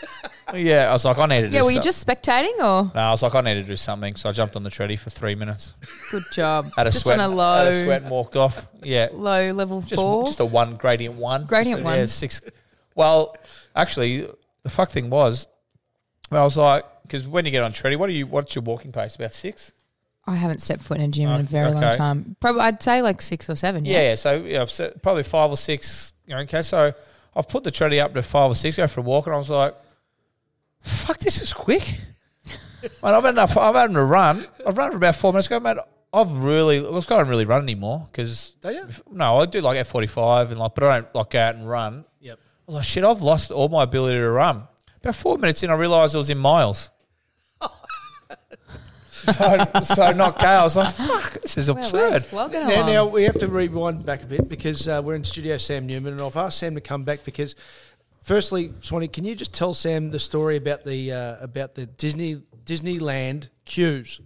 [SPEAKER 4] yeah. I was like, I need to.
[SPEAKER 3] Yeah,
[SPEAKER 4] do
[SPEAKER 3] were you
[SPEAKER 4] some-
[SPEAKER 3] just spectating or?
[SPEAKER 4] No, I was like, I need to do something, so I jumped on the treadie for three minutes.
[SPEAKER 3] Good job.
[SPEAKER 4] Had a
[SPEAKER 3] just
[SPEAKER 4] sweat,
[SPEAKER 3] on a
[SPEAKER 4] had a sweat,
[SPEAKER 3] low,
[SPEAKER 4] and walked off. Yeah,
[SPEAKER 3] low level
[SPEAKER 4] Just,
[SPEAKER 3] four.
[SPEAKER 4] just a one gradient one.
[SPEAKER 3] Gradient
[SPEAKER 4] So,
[SPEAKER 3] one.
[SPEAKER 4] Yeah, six. Well, actually, the fuck thing was, when I was like, because when you get on treadie, what are you? What's your walking pace? About six.
[SPEAKER 3] I haven't stepped foot in a gym in a
[SPEAKER 4] Okay,
[SPEAKER 3] very long
[SPEAKER 4] okay.
[SPEAKER 3] time. Probably, I'd say like six or seven.
[SPEAKER 4] Yeah. yeah so yeah, I've set probably five or six. you know, Okay. So I've put the treadie up to five or six. Go for a walk, and I was like, "Fuck, this is quick." Man, I've had enough. I've had a run. I've run for about four minutes. Go, man. I've really, well, I don't really run anymore because
[SPEAKER 2] Do you?
[SPEAKER 4] no, I do like F forty five and like, but I don't like go out and run.
[SPEAKER 2] Yep.
[SPEAKER 4] I was like, shit, I've lost all my ability to run. About four minutes in, I realised I was in miles. so, so not K. I was like, fuck, this is absurd.
[SPEAKER 3] Well, well
[SPEAKER 2] Now, now we have to rewind back a bit because uh, we're in studio Sam Newman, and I've asked Sam to come back because, firstly, Swanee, can you just tell Sam the story about the uh, about the Disney Disneyland queues?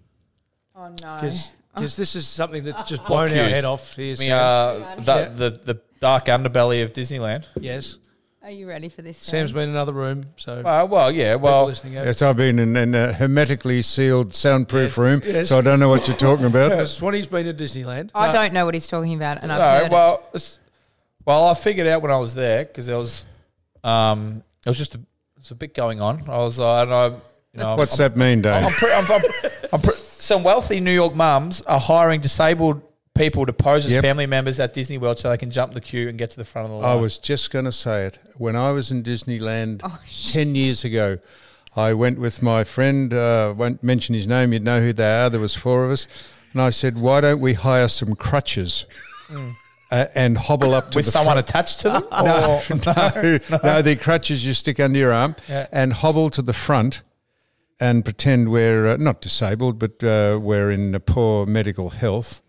[SPEAKER 3] Oh no.
[SPEAKER 2] Because this is something that's just blown our
[SPEAKER 4] Oh. queues?
[SPEAKER 2] head off here.
[SPEAKER 4] I mean,
[SPEAKER 2] Sam.
[SPEAKER 4] uh,
[SPEAKER 2] Yeah.
[SPEAKER 4] the, the, the dark underbelly of Disneyland.
[SPEAKER 2] yes,
[SPEAKER 3] Are you ready for this?
[SPEAKER 2] Sam's been in another room, so
[SPEAKER 4] Uh, well, yeah, well,
[SPEAKER 2] listening out.
[SPEAKER 5] Yes, I've been in, in a hermetically sealed, soundproof
[SPEAKER 2] Yes,
[SPEAKER 5] room,
[SPEAKER 2] yes.
[SPEAKER 5] so I don't know what you're talking about.
[SPEAKER 2] Uh, Swanee's been to Disneyland.
[SPEAKER 3] I don't know what he's talking about, and I've
[SPEAKER 4] no,
[SPEAKER 3] heard
[SPEAKER 4] well, it's- well, I figured out when I was there because there was, um, it was just a, it was a bit going on. I was, uh, and I, you No, I'm-
[SPEAKER 5] What's that mean, Dave?
[SPEAKER 4] I'm pre- I'm, I'm, I'm pre- some wealthy New York mums are hiring disabled people to pose as
[SPEAKER 5] Yep.
[SPEAKER 4] family members at Disney World so they can jump the queue and get to the front of the line.
[SPEAKER 5] I was just going to say it. When I was in Disneyland
[SPEAKER 4] Oh,
[SPEAKER 5] 10 years ago, I went with my friend, uh, won't mention his name, you'd know who they are, there was four of us, and I said, why don't we hire some crutches uh, and hobble up to
[SPEAKER 4] Mm. with
[SPEAKER 5] the
[SPEAKER 4] someone
[SPEAKER 5] front.
[SPEAKER 4] attached to them.
[SPEAKER 5] No,
[SPEAKER 4] or-
[SPEAKER 5] no, no, the crutches you stick under your arm
[SPEAKER 4] Yeah.
[SPEAKER 5] and hobble to the front and pretend we're uh, not disabled, but uh, we're in a poor medical health.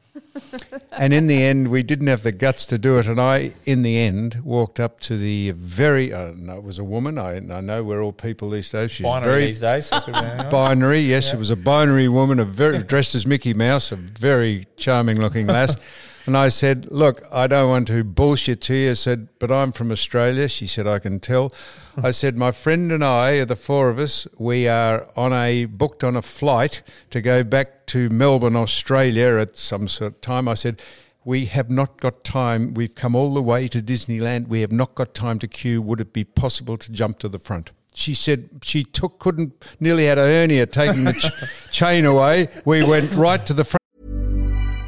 [SPEAKER 5] and in the end, we didn't have the guts to do it. And I, in the end, walked up to the very, uh, no, it was a woman. I, I know we're all people these days. She's
[SPEAKER 4] binary
[SPEAKER 5] very
[SPEAKER 4] these days. so it could be anyone.
[SPEAKER 5] binary. Yes, it was a binary woman, a very dressed as Mickey Mouse, a very charming looking lass. And I said, "Look, I don't want to bullshit to you." I said, "But I'm from Australia." She said, "I can tell." I said, "My friend and I, the four of us, we are on a booked on a flight to go back to Melbourne, Australia, at some sort of time." I said. We have not got time. We've come all the way to Disneyland. We have not got time to queue. Would it be possible to jump to the front? She said she took couldn't nearly had a hernia taking the ch- chain away. We went right to the front.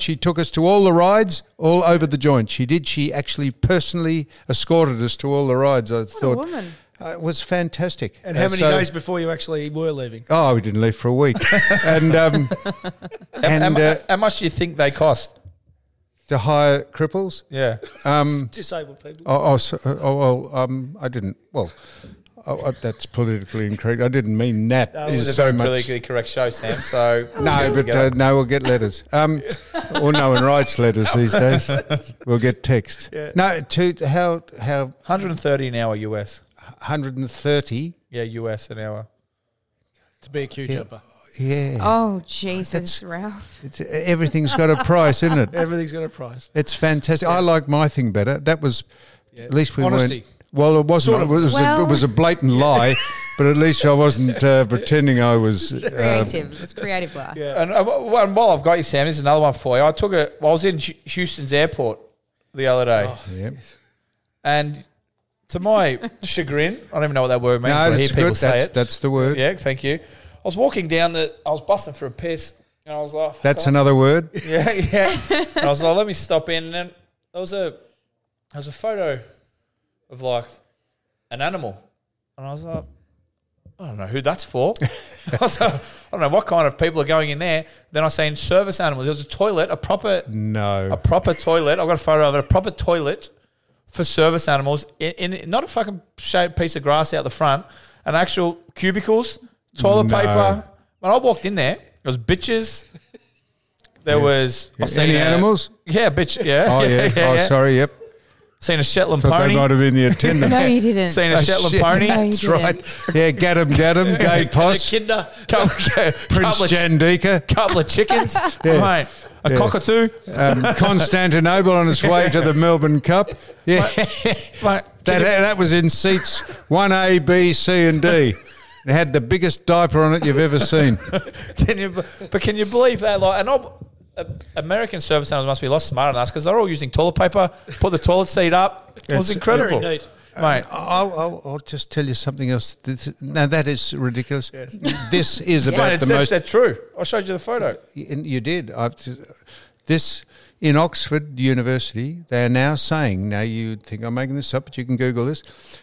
[SPEAKER 5] She took us to all the rides, all over the joint. She did. She actually personally escorted us to all the rides. I thought
[SPEAKER 3] woman.
[SPEAKER 5] Uh, it was fantastic.
[SPEAKER 2] And
[SPEAKER 5] Uh,
[SPEAKER 2] how many
[SPEAKER 5] so-
[SPEAKER 2] days before you actually were leaving?
[SPEAKER 5] Oh, we didn't leave for a week. and um,
[SPEAKER 4] how,
[SPEAKER 5] and
[SPEAKER 4] mu-
[SPEAKER 5] uh,
[SPEAKER 4] how much do you think they cost?
[SPEAKER 5] to hire cripples.
[SPEAKER 4] Yeah.
[SPEAKER 5] Um,
[SPEAKER 2] Disabled people.
[SPEAKER 5] Oh, oh, so, oh well, um, I didn't. Well, oh, oh, that's politically incorrect. I didn't mean that.
[SPEAKER 4] This is a
[SPEAKER 5] so
[SPEAKER 4] very
[SPEAKER 5] much-
[SPEAKER 4] politically correct show, Sam. So
[SPEAKER 5] No, but uh, no, we'll get letters. Um, or no one writes letters these days. We'll get text. No, to how how
[SPEAKER 4] 130 an hour US.
[SPEAKER 5] 130.
[SPEAKER 4] Yeah, US an hour.
[SPEAKER 2] To be a queue jumper.
[SPEAKER 5] Yeah,
[SPEAKER 3] Oh Jesus, Ralph.
[SPEAKER 5] it's, everything's got a price, isn't it?
[SPEAKER 2] Everything's got a price.
[SPEAKER 5] It's fantastic. I like my thing better. That was at least we
[SPEAKER 2] Honesty.
[SPEAKER 5] weren't. Well, it wasn't.
[SPEAKER 2] Sort of.
[SPEAKER 5] It, was a,
[SPEAKER 3] Well-
[SPEAKER 5] it was a blatant lie, but at least I wasn't uh, pretending I was. Uh,
[SPEAKER 3] Creative. it's creative life.
[SPEAKER 4] And, uh, wh- and while I've got you, Sam, there's another one for you. I took a. Well, I was in Hu- Houston's airport the other day,
[SPEAKER 5] yeah.
[SPEAKER 4] and to my chagrin, I don't even know what that word means.
[SPEAKER 5] No,
[SPEAKER 4] but I hear
[SPEAKER 5] that's
[SPEAKER 4] people
[SPEAKER 5] good.
[SPEAKER 4] say
[SPEAKER 5] That's,
[SPEAKER 4] it.
[SPEAKER 5] that's the word.
[SPEAKER 4] Yeah, thank you. I was walking down the. I was busting for a piss, and I was like, "Fuck,
[SPEAKER 5] That's
[SPEAKER 4] I-
[SPEAKER 5] another word.
[SPEAKER 4] Yeah, yeah. and I was like, "Let me stop in." And then there was a there was a photo of like an animal, and I was like, "I don't know who that's for." I was like, I don't know what kind of people are going in there. Then I seen service animals. There was a toilet, a proper a
[SPEAKER 5] No.
[SPEAKER 4] proper toilet. I've got a photo of it. A proper toilet for service animals in, in not a fucking shaped piece of grass out the front. An actual cubicles, toilet
[SPEAKER 5] No.
[SPEAKER 4] paper. When I walked in there, there was bitches. There was I seen
[SPEAKER 5] Any
[SPEAKER 4] a-
[SPEAKER 5] animals?
[SPEAKER 4] Yeah, bitch. Yeah.
[SPEAKER 5] Oh yeah. Oh sorry. Yep.
[SPEAKER 4] Seen a Shetland
[SPEAKER 5] Thought
[SPEAKER 4] pony.
[SPEAKER 5] they might have been the attendant.
[SPEAKER 3] No, you didn't.
[SPEAKER 4] Seen a
[SPEAKER 5] Oh,
[SPEAKER 4] Shetland
[SPEAKER 5] shit.
[SPEAKER 4] pony.
[SPEAKER 3] No, you
[SPEAKER 5] That's
[SPEAKER 3] didn't.
[SPEAKER 5] right. Yeah. Get him. Get him. Gay poss.
[SPEAKER 2] Kinder.
[SPEAKER 4] Couple, couple,
[SPEAKER 5] Prince
[SPEAKER 4] of, chi-
[SPEAKER 5] Jandika.
[SPEAKER 4] couple of chickens. Right. A
[SPEAKER 5] Yeah.
[SPEAKER 4] cockatoo.
[SPEAKER 5] Um, Constantinople on its way to the Melbourne Cup. Yeah.
[SPEAKER 4] Right.
[SPEAKER 5] That, that was in seats 1A, B, C, and D. It had the biggest diaper on it you've ever seen.
[SPEAKER 4] can you, but can you believe that? Like, and all, uh, American service animals must be a lot smarter than us because they're all using toilet paper. Put the toilet seat up. It was
[SPEAKER 5] It's
[SPEAKER 4] incredible,
[SPEAKER 2] very neat.
[SPEAKER 4] mate.
[SPEAKER 5] I'll, I'll, I'll just tell you something else. This, now, that is ridiculous. This is
[SPEAKER 4] Mate,
[SPEAKER 5] about
[SPEAKER 4] it's,
[SPEAKER 5] the
[SPEAKER 4] that's,
[SPEAKER 5] most.
[SPEAKER 4] that's true. I showed you the photo.
[SPEAKER 5] And you did. I've, this In Oxford University, they are now saying, now you think I'm making this up, but you can Google this,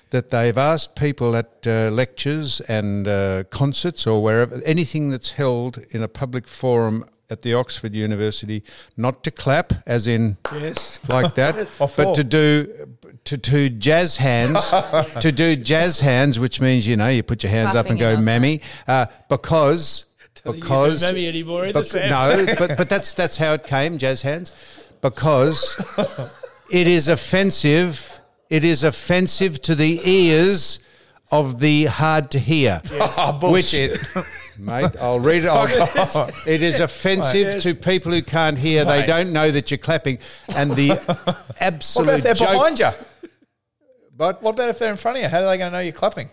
[SPEAKER 5] that they've asked people at uh, lectures and uh, concerts or wherever, anything that's held in a public forum at the Oxford University, not to clap, as in
[SPEAKER 2] Yes.
[SPEAKER 5] like that, but
[SPEAKER 4] four.
[SPEAKER 5] to do to do jazz hands, to do jazz hands, which means you know you put your hands up and
[SPEAKER 3] Clapping and
[SPEAKER 5] go
[SPEAKER 3] all
[SPEAKER 5] mammy, uh, because
[SPEAKER 2] you don't
[SPEAKER 5] because
[SPEAKER 2] mammy anymore either,
[SPEAKER 5] bec-
[SPEAKER 2] Sam.
[SPEAKER 5] no, but but that's that's how it came, jazz hands, because it is offensive. It is offensive to the ears of the hard to hear.
[SPEAKER 4] Oh, bullshit.
[SPEAKER 5] Mate, I'll read it. I'll, it is offensive
[SPEAKER 2] Yes.
[SPEAKER 5] to people who can't hear. They
[SPEAKER 4] Mate.
[SPEAKER 5] don't know that you're clapping. And the
[SPEAKER 4] what
[SPEAKER 5] absolute
[SPEAKER 4] about if they're
[SPEAKER 5] joke.
[SPEAKER 4] behind you?
[SPEAKER 5] But
[SPEAKER 4] What about if they're in front of you? How are they going to know you're clapping?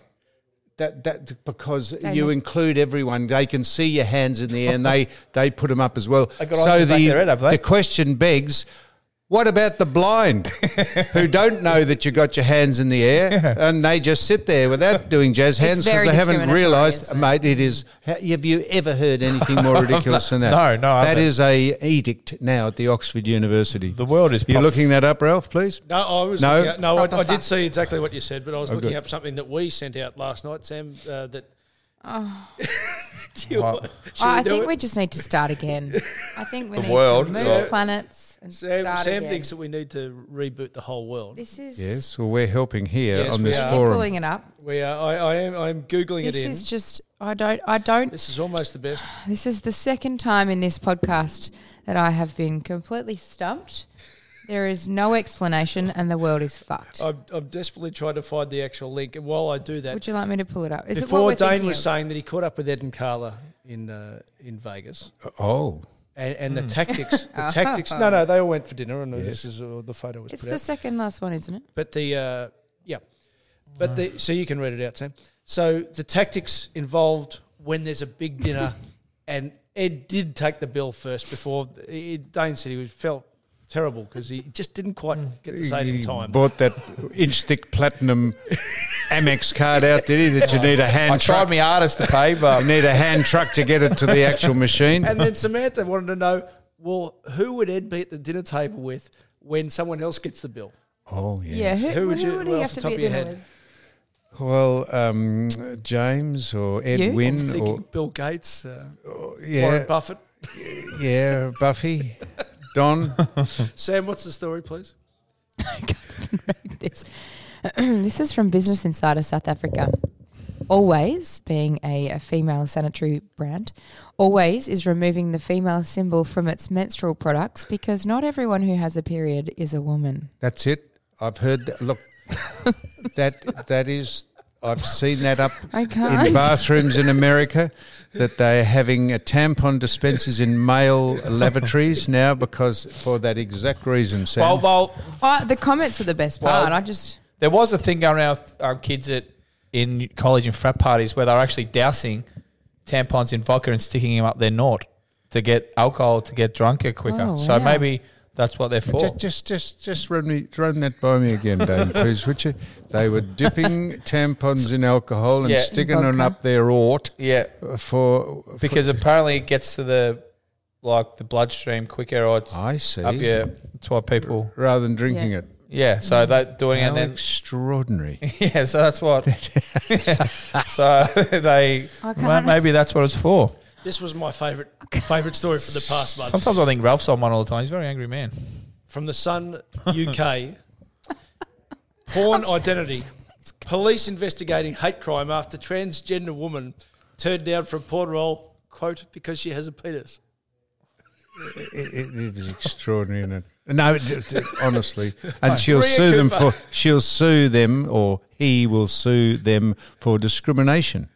[SPEAKER 5] that, that because you include everyone, they can see your hands in the air, and they they put them up as well.
[SPEAKER 4] They've got eyes in the back of their head, have they?
[SPEAKER 5] the question begs. What about the blind who don't know that you got your hands in the air and they just sit there without doing jazz hands because
[SPEAKER 3] very
[SPEAKER 5] they haven't
[SPEAKER 3] discriminatory,
[SPEAKER 5] realised,
[SPEAKER 3] isn't it?
[SPEAKER 5] mate? It is. ha- Have you ever heard anything more ridiculous than that?
[SPEAKER 4] No, no, I
[SPEAKER 5] That
[SPEAKER 4] haven't.
[SPEAKER 5] is a edict now at the Oxford University.
[SPEAKER 4] The world is
[SPEAKER 5] You're
[SPEAKER 4] pop-
[SPEAKER 5] looking that up, Ralph? Please.
[SPEAKER 2] No, I was
[SPEAKER 5] No? Oh,
[SPEAKER 2] no, at, no. I,
[SPEAKER 3] Proper
[SPEAKER 2] I did
[SPEAKER 3] fact.
[SPEAKER 2] see exactly what you said, but I was looking
[SPEAKER 5] good.
[SPEAKER 2] up something that we sent out last night, Sam. Uh, that
[SPEAKER 4] What?
[SPEAKER 3] Oh, I
[SPEAKER 2] do
[SPEAKER 3] think
[SPEAKER 2] it?
[SPEAKER 3] we just need to start again. I think we
[SPEAKER 4] The
[SPEAKER 3] need
[SPEAKER 4] world.
[SPEAKER 3] to move
[SPEAKER 4] So-
[SPEAKER 3] planets and
[SPEAKER 2] Sam,
[SPEAKER 3] start
[SPEAKER 2] Sam
[SPEAKER 3] again.
[SPEAKER 2] thinks that we need to reboot the whole world.
[SPEAKER 3] this is
[SPEAKER 5] Yes. Well, we're helping here
[SPEAKER 2] Yes,
[SPEAKER 5] on
[SPEAKER 2] we
[SPEAKER 5] this
[SPEAKER 2] are.
[SPEAKER 3] you're
[SPEAKER 5] forum.
[SPEAKER 3] pulling it up.
[SPEAKER 2] We are. I, I am. I am googling
[SPEAKER 3] This
[SPEAKER 2] it in.
[SPEAKER 3] is just I don't I don't
[SPEAKER 2] this is almost the best.
[SPEAKER 3] This is the second time in this podcast that I have been completely stumped. There is no explanation, and the world is fucked.
[SPEAKER 2] I'm, I'm desperately trying to find the actual link, and while I do that,
[SPEAKER 3] Would you like me to pull it up? Is it what
[SPEAKER 2] before
[SPEAKER 3] we're
[SPEAKER 2] Dane
[SPEAKER 3] thinking
[SPEAKER 2] was
[SPEAKER 3] of?
[SPEAKER 2] saying that he caught up with Ed and Carla in uh, in Vegas,
[SPEAKER 5] Oh.
[SPEAKER 2] and, and the tactics, the tactics. No, no, they all went for dinner, and this is uh, the photo was
[SPEAKER 3] It's
[SPEAKER 2] put
[SPEAKER 3] the
[SPEAKER 2] out.
[SPEAKER 3] second last one, isn't it?
[SPEAKER 2] But the uh, yeah, but the so you can read it out, Sam. So the tactics involved when there's a big dinner, and Ed did take the bill first before he- Dane said he was felt terrible because he just didn't quite get to say it in
[SPEAKER 5] Hmm. He
[SPEAKER 2] time.
[SPEAKER 5] Bought that inch thick platinum Amex card out, did he? That you need a hand
[SPEAKER 4] I tried
[SPEAKER 5] truck.
[SPEAKER 4] my hardest to pay,
[SPEAKER 5] You
[SPEAKER 4] but
[SPEAKER 5] need a hand truck to get it to the actual machine.
[SPEAKER 2] And then Samantha wanted to know, well, who would Ed be at the dinner table with when someone else gets the bill?
[SPEAKER 5] oh
[SPEAKER 3] Yeah. Who,
[SPEAKER 2] Who would you-
[SPEAKER 3] would
[SPEAKER 2] well,
[SPEAKER 3] he
[SPEAKER 2] off
[SPEAKER 3] have
[SPEAKER 2] the
[SPEAKER 3] to
[SPEAKER 2] top
[SPEAKER 3] be at
[SPEAKER 2] of your
[SPEAKER 3] dinner
[SPEAKER 2] head.
[SPEAKER 3] with?
[SPEAKER 5] Well, um, James or Edwin
[SPEAKER 2] Thinking
[SPEAKER 5] Hmm. or
[SPEAKER 2] Bill Gates, uh, Warren
[SPEAKER 5] yeah,
[SPEAKER 2] Buffett.
[SPEAKER 5] yeah, Buffy, Don.
[SPEAKER 2] Sam, what's the story, please?
[SPEAKER 3] this. Mm, this is from Business Insider South Africa. Always, being a, a female sanitary brand, Always is removing the female symbol from its menstrual products because not everyone who has a period is a woman.
[SPEAKER 5] That's it. I've heard. That. Look, that that is. I've seen that up
[SPEAKER 3] I can't.
[SPEAKER 5] in bathrooms in America that they're having a tampon dispensers in male lavatories now because for that exact reason. Sam.
[SPEAKER 4] well, well,
[SPEAKER 3] Oh, the comments are the best
[SPEAKER 4] Well-
[SPEAKER 3] part. I just
[SPEAKER 4] there was a thing going around with um, kids at in college and frat parties where they were actually dousing tampons in vodka and sticking them up their nought to get alcohol to get drunker quicker.
[SPEAKER 3] Oh,
[SPEAKER 4] So
[SPEAKER 3] wow.
[SPEAKER 4] maybe that's what they're for.
[SPEAKER 5] Just, just, just, just run me, run that by me again, Dane, please, would you? They were dipping tampons in alcohol and
[SPEAKER 4] Yeah.
[SPEAKER 5] sticking them
[SPEAKER 3] Vodka.
[SPEAKER 5] up their aort
[SPEAKER 4] yeah,
[SPEAKER 5] for.
[SPEAKER 4] because apparently it gets to the like the bloodstream quicker, or it's
[SPEAKER 5] I see.
[SPEAKER 4] up your. That's why people.
[SPEAKER 5] Rather than drinking
[SPEAKER 3] Yeah.
[SPEAKER 5] it,
[SPEAKER 4] Yeah,
[SPEAKER 5] Mm.
[SPEAKER 4] so they're doing it
[SPEAKER 5] how
[SPEAKER 4] and then
[SPEAKER 5] extraordinary!
[SPEAKER 4] Yeah, so that's what. so they
[SPEAKER 3] I
[SPEAKER 4] ma-
[SPEAKER 3] can't-
[SPEAKER 4] maybe that's what it's for.
[SPEAKER 2] This was my favourite favourite story for the past month.
[SPEAKER 4] Sometimes I think Ralph's on one all the time. He's a very angry man.
[SPEAKER 2] From the Sun UK. Porn identity. Police investigating hate crime after transgender woman turned down for a porn role, quote, because she has a penis.
[SPEAKER 5] It- it- it is extraordinary, isn't it? No, it- it- it- honestly, and she'll sue them for. She'll sue them, or he will sue them for discrimination.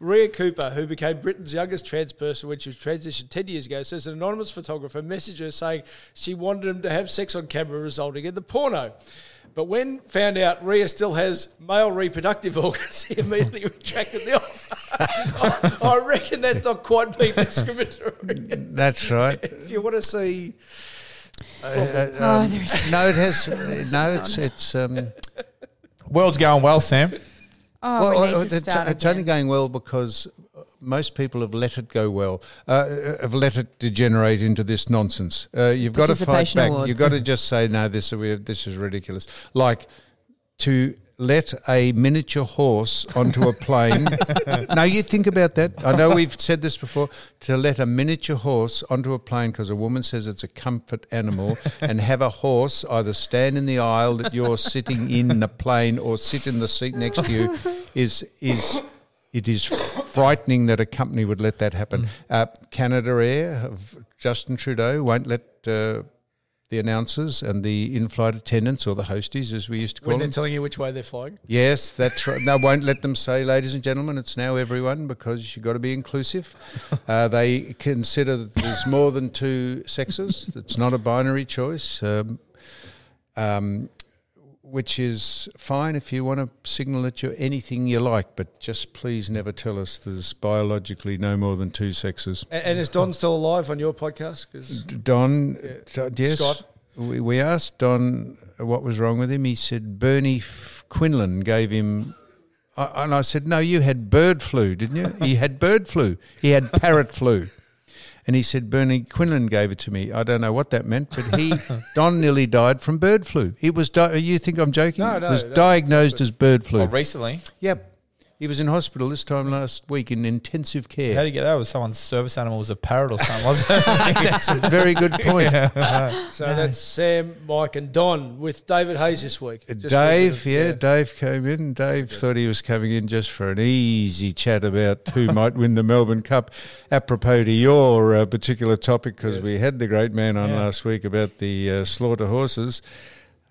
[SPEAKER 2] Rhea Cooper, who became Britain's youngest trans person when she was transitioned 10 years ago, says an anonymous photographer messaged her saying she wanted him to have sex on camera, resulting in the porno. But when found out Rhea still has male reproductive organs, she immediately retracted the offer. I, I reckon that's not quite being discriminatory.
[SPEAKER 5] That's right.
[SPEAKER 2] if you want to see, um,
[SPEAKER 3] oh, there is
[SPEAKER 5] No, it has. uh, No, it's it's. Um,
[SPEAKER 4] World's going well, Sam.
[SPEAKER 3] oh,
[SPEAKER 5] Well,
[SPEAKER 3] we need
[SPEAKER 5] uh,
[SPEAKER 3] to
[SPEAKER 5] it's,
[SPEAKER 3] start
[SPEAKER 2] uh,
[SPEAKER 5] it's
[SPEAKER 3] again.
[SPEAKER 5] only going well because most people have let it go well, uh, have let it degenerate into this nonsense. Uh, you've got to fight
[SPEAKER 3] Participation
[SPEAKER 5] back.
[SPEAKER 3] awards.
[SPEAKER 5] You've got to just say no. This we this is ridiculous. Like to let a miniature horse onto a plane. now you think about that. I know we've said this before. To let a miniature horse onto a plane because a woman says it's a comfort animal, and have a horse either stand in the aisle that you're sitting in the plane or sit in the seat next to you is is. It is frightening that a company would let that happen. Uh, Canada Air of Justin Trudeau won't let uh, the announcers and the in-flight attendants or the hosties, as we used to call
[SPEAKER 2] When
[SPEAKER 5] them,
[SPEAKER 2] they're telling you which way they're flying.
[SPEAKER 5] Yes, that's right. They won't let them say, ladies and gentlemen, it's now everyone because you've got to be inclusive. Uh, they consider that there's more than two sexes. It's not a binary choice, um, um, which is fine if you want to signal that you're anything you like, but just please never tell us there's biologically no more than two sexes.
[SPEAKER 2] And, and is Don still alive on your podcast? 'Cause-
[SPEAKER 5] Don, Don- yes,
[SPEAKER 2] Uh, Scott.
[SPEAKER 5] We, we asked Don what was wrong with him. He said Bernie F- Quinlan gave him, I, and I said, "No, you had bird flu, didn't you? he had bird flu. He had parrot flu." And he said Bernie Quinlan gave it to me. I don't know what that meant, but he Don nearly died from bird flu. He was di- you think I'm joking?
[SPEAKER 2] No, no,
[SPEAKER 5] was
[SPEAKER 2] no, Oh,
[SPEAKER 5] diagnosed as bird flu.
[SPEAKER 4] Well, recently,
[SPEAKER 5] yep. He was in hospital this time last week in intensive care.
[SPEAKER 4] how do you get that? Was someone's service animal was a parrot or something? Wasn't it?
[SPEAKER 5] That's a very good point.
[SPEAKER 2] So that's Sam, Mike, and Don with David Hayes this week. Just
[SPEAKER 5] Dave,
[SPEAKER 2] so
[SPEAKER 5] yeah,
[SPEAKER 2] that-
[SPEAKER 5] Dave came in. Dave thought he was coming in just for an easy chat about who might win the Melbourne Cup, apropos to your uh, particular topic, because we had the great man on last week about the uh, slaughter horses.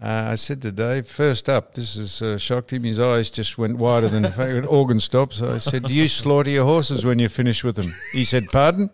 [SPEAKER 5] Uh, I said to Dave, first up, this has uh, shocked him. His eyes just went wider than an organ stops. I said, Do you slaughter your horses when you finish with them? He said, Pardon?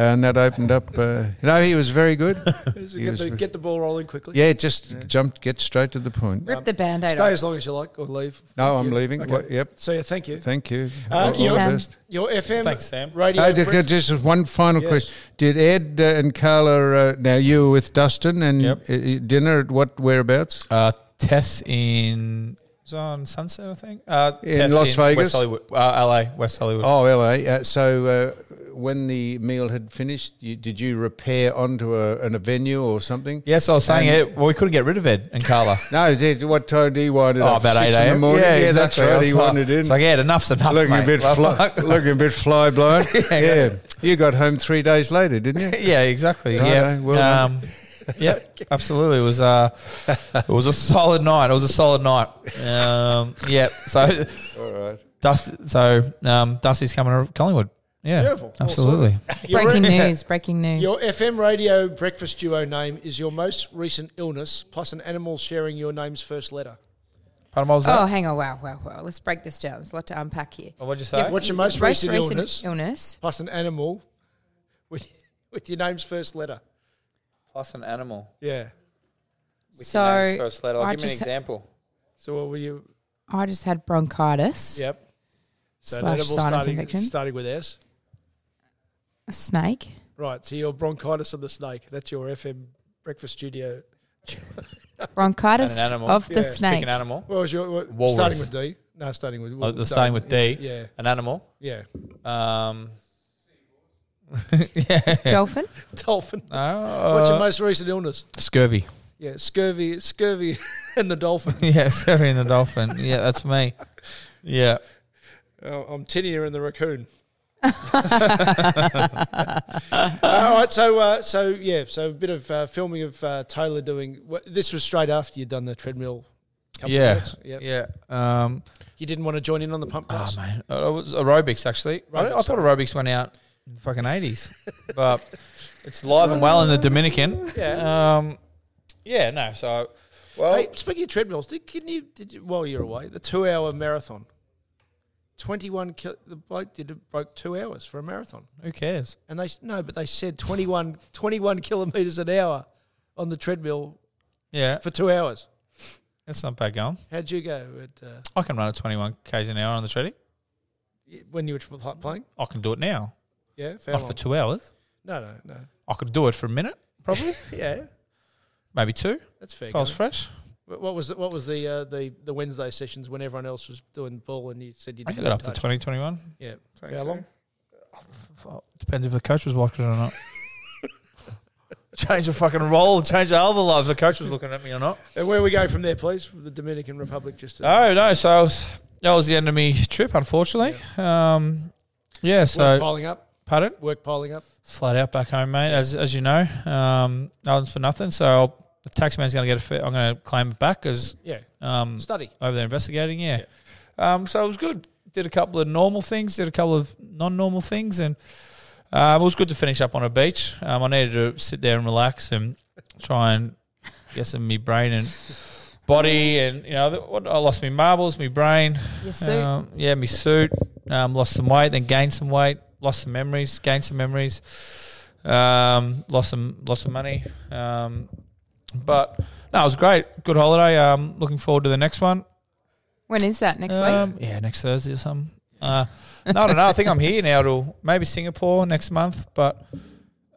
[SPEAKER 5] And that opened up. Uh, no, he was very good. He
[SPEAKER 2] Get
[SPEAKER 5] was
[SPEAKER 2] the,
[SPEAKER 5] ve-
[SPEAKER 2] get the ball rolling quickly.
[SPEAKER 5] yeah, just jumped, get straight to the point.
[SPEAKER 3] Rip
[SPEAKER 2] um,
[SPEAKER 3] the band aid
[SPEAKER 2] Stay
[SPEAKER 3] off.
[SPEAKER 2] as long as you like or leave.
[SPEAKER 5] No, I'm
[SPEAKER 2] Yeah.
[SPEAKER 5] leaving.
[SPEAKER 2] Okay.
[SPEAKER 5] What- yep.
[SPEAKER 2] So yeah, thank you.
[SPEAKER 5] Thank you.
[SPEAKER 2] Uh, you-
[SPEAKER 3] Sam.
[SPEAKER 2] Your FM
[SPEAKER 4] Thanks, Sam.
[SPEAKER 2] radio.
[SPEAKER 5] Uh, just-
[SPEAKER 2] brief-
[SPEAKER 5] just one final
[SPEAKER 2] Yes.
[SPEAKER 5] question. Did Ed uh, and Carla? Uh, now you were with Dustin and
[SPEAKER 4] Yep.
[SPEAKER 5] uh, uh, dinner at what whereabouts?
[SPEAKER 4] Uh, Tess in was on Sunset, I think. Uh,
[SPEAKER 5] In
[SPEAKER 4] Tess
[SPEAKER 5] Las Vegas?
[SPEAKER 4] West Hollywood, uh, LA, West Hollywood.
[SPEAKER 5] Oh, LA. Uh, so uh, when the meal had finished, you, did you repair onto a, an, a venue or something?
[SPEAKER 4] Yes, I was saying
[SPEAKER 5] And-
[SPEAKER 4] it. Well, we couldn't get rid of Ed and Carla.
[SPEAKER 5] No, did, what time do you want it?
[SPEAKER 4] oh,
[SPEAKER 5] up?
[SPEAKER 4] about
[SPEAKER 5] Six
[SPEAKER 4] eight
[SPEAKER 5] in the
[SPEAKER 4] a.m.
[SPEAKER 5] morning. Yeah, that's
[SPEAKER 4] exactly. I
[SPEAKER 5] right.
[SPEAKER 4] was
[SPEAKER 5] He
[SPEAKER 4] like-
[SPEAKER 5] wanted in.
[SPEAKER 4] It's like, yeah, enough's enough.
[SPEAKER 5] looking
[SPEAKER 4] mate.
[SPEAKER 5] a bit
[SPEAKER 4] Like,
[SPEAKER 5] fly,
[SPEAKER 4] fuck.
[SPEAKER 5] looking a bit fly blown. yeah. you got home three days later, didn't you?
[SPEAKER 4] Yeah, exactly.
[SPEAKER 5] Righto,
[SPEAKER 4] Yeah.
[SPEAKER 5] well done.
[SPEAKER 4] um, yep. Absolutely. It was uh, it was a solid night. It was a solid night. Um, yeah. So,
[SPEAKER 5] All right.
[SPEAKER 4] Dust. So um, Dusty's coming to Collingwood. Yeah.
[SPEAKER 2] Beautiful.
[SPEAKER 4] Absolutely.
[SPEAKER 2] your-
[SPEAKER 3] Breaking news, breaking news.
[SPEAKER 2] Your FM radio breakfast duo name is your most recent illness, plus an animal sharing your name's first letter.
[SPEAKER 4] Pardon, what was
[SPEAKER 3] oh,
[SPEAKER 4] that?
[SPEAKER 3] hang on. Wow, wow, wow. Let's break this down. There's a lot to unpack here.
[SPEAKER 4] Oh, what'd you say?
[SPEAKER 2] What's your most
[SPEAKER 3] Most
[SPEAKER 2] recent,
[SPEAKER 3] recent
[SPEAKER 2] illness,
[SPEAKER 3] illness.
[SPEAKER 2] plus an animal with with your name's first letter?
[SPEAKER 4] Plus an animal.
[SPEAKER 2] Yeah.
[SPEAKER 3] So I, just,
[SPEAKER 4] example.
[SPEAKER 2] So what were you?
[SPEAKER 3] I just had bronchitis,
[SPEAKER 2] Yep. So
[SPEAKER 3] Slash
[SPEAKER 2] notable
[SPEAKER 3] sinus
[SPEAKER 2] starting,
[SPEAKER 3] infection.
[SPEAKER 2] starting with S.
[SPEAKER 3] a snake.
[SPEAKER 2] Right. So your bronchitis of the snake. That's your FM breakfast studio.
[SPEAKER 3] Bronchitis
[SPEAKER 4] And an animal.
[SPEAKER 3] of
[SPEAKER 2] Yeah.
[SPEAKER 3] the snake.
[SPEAKER 4] Pick an animal.
[SPEAKER 2] What was your what,
[SPEAKER 4] Walrus.
[SPEAKER 2] starting with D? No, starting with.
[SPEAKER 4] Oh, they're starting with D.
[SPEAKER 2] Yeah.
[SPEAKER 4] An animal.
[SPEAKER 2] Yeah.
[SPEAKER 4] Um,
[SPEAKER 3] Dolphin.
[SPEAKER 2] Dolphin.
[SPEAKER 4] uh,
[SPEAKER 2] What's your most recent illness?
[SPEAKER 4] scurvy.
[SPEAKER 2] Yeah, scurvy, scurvy, and the dolphin.
[SPEAKER 4] yeah, scurvy and the dolphin. Yeah, that's me. Yeah.
[SPEAKER 2] Oh, I'm Tinier and the raccoon. All right, so uh, so yeah, so a bit of uh, filming of uh, Taylor doing. wha- This was straight after you'd done the treadmill. couple of
[SPEAKER 4] Yeah.
[SPEAKER 2] minutes. Yep.
[SPEAKER 4] Yeah. Um,
[SPEAKER 2] You didn't want to join in on the pump
[SPEAKER 4] oh,
[SPEAKER 2] class.
[SPEAKER 4] man. Uh, it was aerobics, actually. I, don't- I
[SPEAKER 2] Aerobics,
[SPEAKER 4] thought aerobics went out in the fucking 80s, but it's live and well in the Dominican.
[SPEAKER 2] Yeah.
[SPEAKER 4] Um, yeah, no. So, well,
[SPEAKER 2] hey, speaking of treadmills, did, can you did you, while you're away the two hour marathon? Twenty one kil- the bloke did it broke two hours for a marathon,
[SPEAKER 4] who cares?
[SPEAKER 2] and they s- no, but they said 21, 21 kilometers an hour on the treadmill
[SPEAKER 4] Yeah.
[SPEAKER 2] for two hours.
[SPEAKER 4] That's not bad going.
[SPEAKER 2] How'd you go at, uh,
[SPEAKER 4] I can run at 21 k's an hour on the treadmill.
[SPEAKER 2] y- when you were tr- playing?
[SPEAKER 4] I can do it now.
[SPEAKER 2] Yeah, fair
[SPEAKER 4] Not for two hours.
[SPEAKER 2] No, no, no.
[SPEAKER 4] I could do it for a minute, probably,
[SPEAKER 2] Yeah,
[SPEAKER 4] maybe two,
[SPEAKER 2] that's fair.
[SPEAKER 4] if I was
[SPEAKER 2] going.
[SPEAKER 4] fresh.
[SPEAKER 2] Wh- what was the, what was the uh, the the Wednesday sessions when everyone else was doing ball and you said you
[SPEAKER 4] I
[SPEAKER 2] didn't
[SPEAKER 4] got up to
[SPEAKER 2] touch?
[SPEAKER 4] 20, 21.
[SPEAKER 2] Yeah,
[SPEAKER 4] Twenty
[SPEAKER 2] how
[SPEAKER 4] two.
[SPEAKER 2] long?
[SPEAKER 4] Depends if the coach was watching or not. change the fucking role, change the other life. The coach was looking at me or not.
[SPEAKER 2] And Uh, where we go from there, please? From the Dominican Republic, just to,
[SPEAKER 4] Oh no, so I was, that was the end of my trip, unfortunately. Yeah. Um, yeah.
[SPEAKER 2] work
[SPEAKER 4] So
[SPEAKER 2] piling up.
[SPEAKER 4] pardon.
[SPEAKER 2] Work piling up.
[SPEAKER 4] flat out back home, mate. As as you know, um, no one's for nothing. So I'll, the tax man's going to get a. Fit, I'm going to claim it back because
[SPEAKER 2] Yeah.
[SPEAKER 4] um,
[SPEAKER 2] Study.
[SPEAKER 4] over there investigating. Yeah. Um, so it was good. Did a couple of normal things. Did a couple of non-normal things, and um, it was good to finish up on a beach. Um, I needed to sit there and relax and try and get some of my brain and body, and you know, what I lost my marbles, my brain,
[SPEAKER 3] Your suit.
[SPEAKER 4] um, yeah, my suit. Um, lost some weight, then gained some weight. Lost some memories, gained some memories. Um, lost some, lost some money. Um, but no, it was great. Good holiday. Um, looking forward to the next one.
[SPEAKER 3] When is that next
[SPEAKER 4] Um,
[SPEAKER 3] week?
[SPEAKER 4] yeah, next Thursday or something. Uh, no, I don't know. I think I'm here now to maybe Singapore next month, but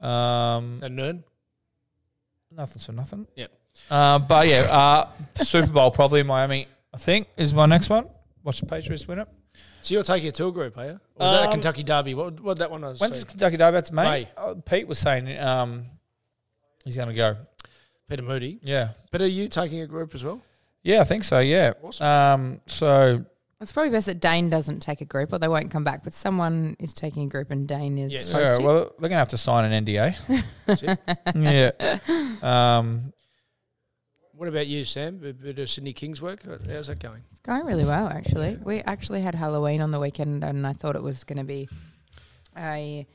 [SPEAKER 4] um,
[SPEAKER 2] And Nern.
[SPEAKER 4] nothing's for nothing.
[SPEAKER 2] Yep.
[SPEAKER 4] Uh, but yeah, uh, Super Bowl probably Miami. I think is my next one. Watch the Patriots win it.
[SPEAKER 2] So you're taking a tour group, are you? Or was that a
[SPEAKER 4] Um,
[SPEAKER 2] Kentucky Derby? What what that one was?
[SPEAKER 4] When's
[SPEAKER 2] So,
[SPEAKER 4] Kentucky Derby? That's May.
[SPEAKER 2] May.
[SPEAKER 4] Oh, Pete was saying um, he's going to go.
[SPEAKER 2] Peter Moody.
[SPEAKER 4] Yeah,
[SPEAKER 2] But are you taking a group as well?
[SPEAKER 4] yeah, I think so. Yeah. Um, so
[SPEAKER 3] It's probably best that Dane doesn't take a group, or they won't come back. But someone is taking a group, and Dane is.
[SPEAKER 2] Yes.
[SPEAKER 4] yeah,
[SPEAKER 3] hosting.
[SPEAKER 4] well, they're going to have to sign an NDA.
[SPEAKER 2] That's it.
[SPEAKER 4] yeah. Um,
[SPEAKER 2] What about you, Sam? A bit of Sydney King's work. How's that going?
[SPEAKER 3] It's going really well, actually. We actually had Halloween on the weekend, and I thought it was going to be a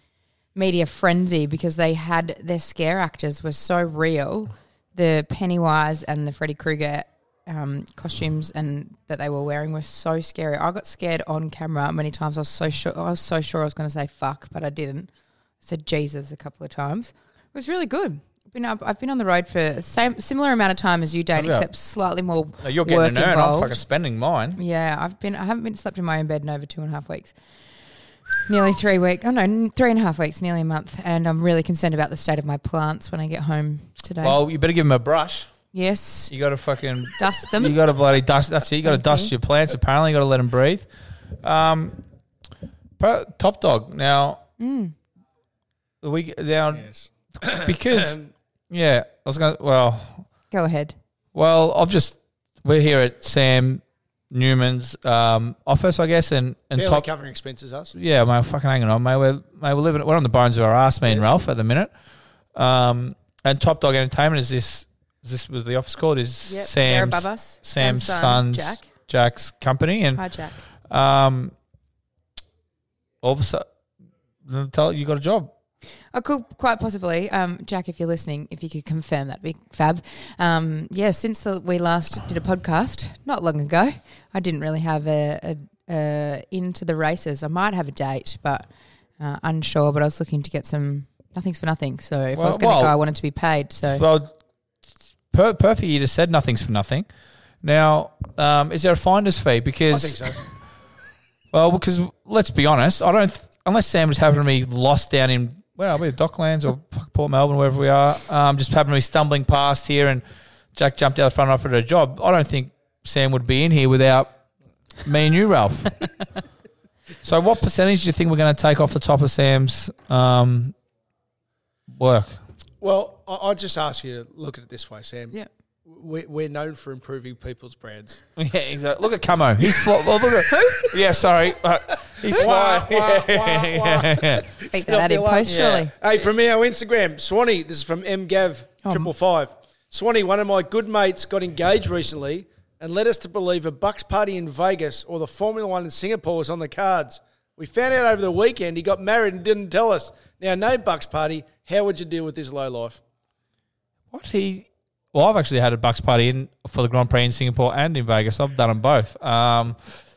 [SPEAKER 3] media frenzy because they had their scare actors were so real. The Pennywise and the Freddy Krueger um, costumes and that they were wearing were so scary. I got scared on camera many times. I was so sure. I was so sure I was going to say fuck, but I didn't. I said Jesus a couple of times. It was really good. Been up, I've been on the road for same similar amount of time as you, Dane,
[SPEAKER 4] Yeah.
[SPEAKER 3] except slightly more.
[SPEAKER 4] no, you're getting
[SPEAKER 3] work
[SPEAKER 4] an earn. I'm
[SPEAKER 3] involved.
[SPEAKER 4] fucking spending mine.
[SPEAKER 3] Yeah, I've been. I haven't been slept in my own bed in over two and a half weeks, nearly three weeks. Oh no, n- three and a half weeks, nearly a month. And I'm really concerned about the state of my plants when I get home today.
[SPEAKER 4] Well, you better give him a brush.
[SPEAKER 3] yes,
[SPEAKER 4] You got to fucking
[SPEAKER 3] dust
[SPEAKER 4] you
[SPEAKER 3] them.
[SPEAKER 4] got to bloody dust. That's it. You got to dust your plants. Apparently, you got to let them breathe. Um, pro- top dog now.
[SPEAKER 3] Mm.
[SPEAKER 4] The week now
[SPEAKER 2] Yes.
[SPEAKER 4] because
[SPEAKER 2] Um,
[SPEAKER 4] yeah, I was gonna. Well,
[SPEAKER 3] Go ahead.
[SPEAKER 4] well, I've just we're here at Sam Newman's um, office, I guess, and and
[SPEAKER 2] Barely
[SPEAKER 4] top.
[SPEAKER 2] covering expenses, us.
[SPEAKER 4] Yeah, mate, fucking hanging on, mate. We're mate, we're living. We're on the bones of our ass, me and Ralph, at the minute. Um, and Top Dog Entertainment is this. Is this was the office called is
[SPEAKER 3] Yep, they're
[SPEAKER 4] Sam's
[SPEAKER 3] above us.
[SPEAKER 4] Sam's,
[SPEAKER 3] Sam's son,
[SPEAKER 4] son's
[SPEAKER 3] Jack.
[SPEAKER 4] Jack's company, and
[SPEAKER 3] Hi, Jack.
[SPEAKER 4] um, all of a sudden, tell you got a job.
[SPEAKER 3] Oh, cool. Quite possibly, um, Jack. If you're listening, if you could confirm that, would be fab. Um, yeah, since the, we last did a podcast not long ago, I didn't really have a, a, a into the races. I might have a date, but uh, unsure. But I was looking to get some nothing's for nothing. So if I was going
[SPEAKER 4] Well-
[SPEAKER 3] to go,
[SPEAKER 4] well-
[SPEAKER 3] I wanted to be paid. So
[SPEAKER 4] Well, per, perfect. You just said nothing's for nothing. Now, um, is there a finder's fee? Because
[SPEAKER 2] I think so.
[SPEAKER 4] Well, because let's be honest, I don't th- unless Sam just happened to be lost down in where are we, Docklands or fuck Port Melbourne, wherever we are, um, just happened to be stumbling past here, and Jack jumped out the front and offered her a job. I don't think Sam would be in here without me and you, Ralph. so, what percentage do you think we're going to take off the top of Sam's um, work?
[SPEAKER 2] Well, I, I just ask you to look at it this way, Sam.
[SPEAKER 3] yeah,
[SPEAKER 2] We, we're known for improving people's brands.
[SPEAKER 4] Yeah, exactly. Look at Camo. He's fly. Well, look at yeah. Sorry, Uh, he's fly.
[SPEAKER 2] Wah, wah, wah,
[SPEAKER 4] Yeah.
[SPEAKER 2] Still
[SPEAKER 3] beat that out in
[SPEAKER 2] feel like-
[SPEAKER 3] post surely.
[SPEAKER 2] Hey, from our Instagram, Swanee, this is from mgav555. Swanee, one of my good mates got engaged recently and led us to believe a Bucks party in Vegas or the Formula One in Singapore was on the cards. We found out over the weekend he got married and didn't tell us. Now, no Bucks party. How would you deal with this low life?
[SPEAKER 4] What he? Well, I've actually had a Bucks party in for the Grand Prix in Singapore and in Vegas. I've done them both. Um,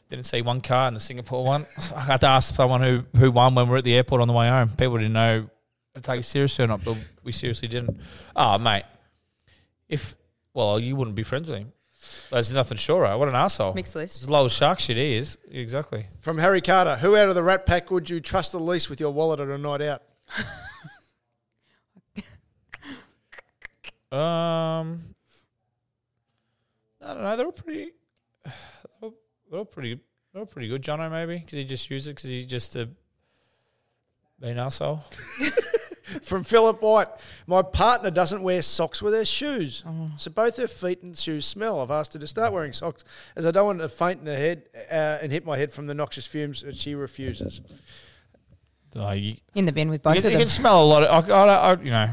[SPEAKER 4] didn't see one car in the Singapore one. I had to ask someone who who won when we were at the airport on the way home. People didn't know to take it seriously or not, but we seriously didn't. Oh, mate, if well, you wouldn't be friends with him. There's nothing surer. What an asshole.
[SPEAKER 3] Mixed list.
[SPEAKER 4] As low as shark shit he is. Exactly.
[SPEAKER 2] From Harry Carter, who out of the Rat Pack would you trust the least with your wallet at a night out?
[SPEAKER 4] Um, I don't know. They were pretty. They were- they were pretty. They were pretty good, Jono. Maybe because he just used it because he just a Being arsehole.
[SPEAKER 2] From Philip White, my partner doesn't wear socks with her shoes, so both her feet and shoes smell. I've asked her to start wearing socks as I don't want to faint in her head uh, and hit my head from the noxious fumes, and she refuses.
[SPEAKER 4] Oh, you,
[SPEAKER 3] in the bin with
[SPEAKER 4] you
[SPEAKER 3] both
[SPEAKER 4] can, you
[SPEAKER 3] of
[SPEAKER 4] can
[SPEAKER 3] them.
[SPEAKER 4] smell a lot of, I, I, I, you know,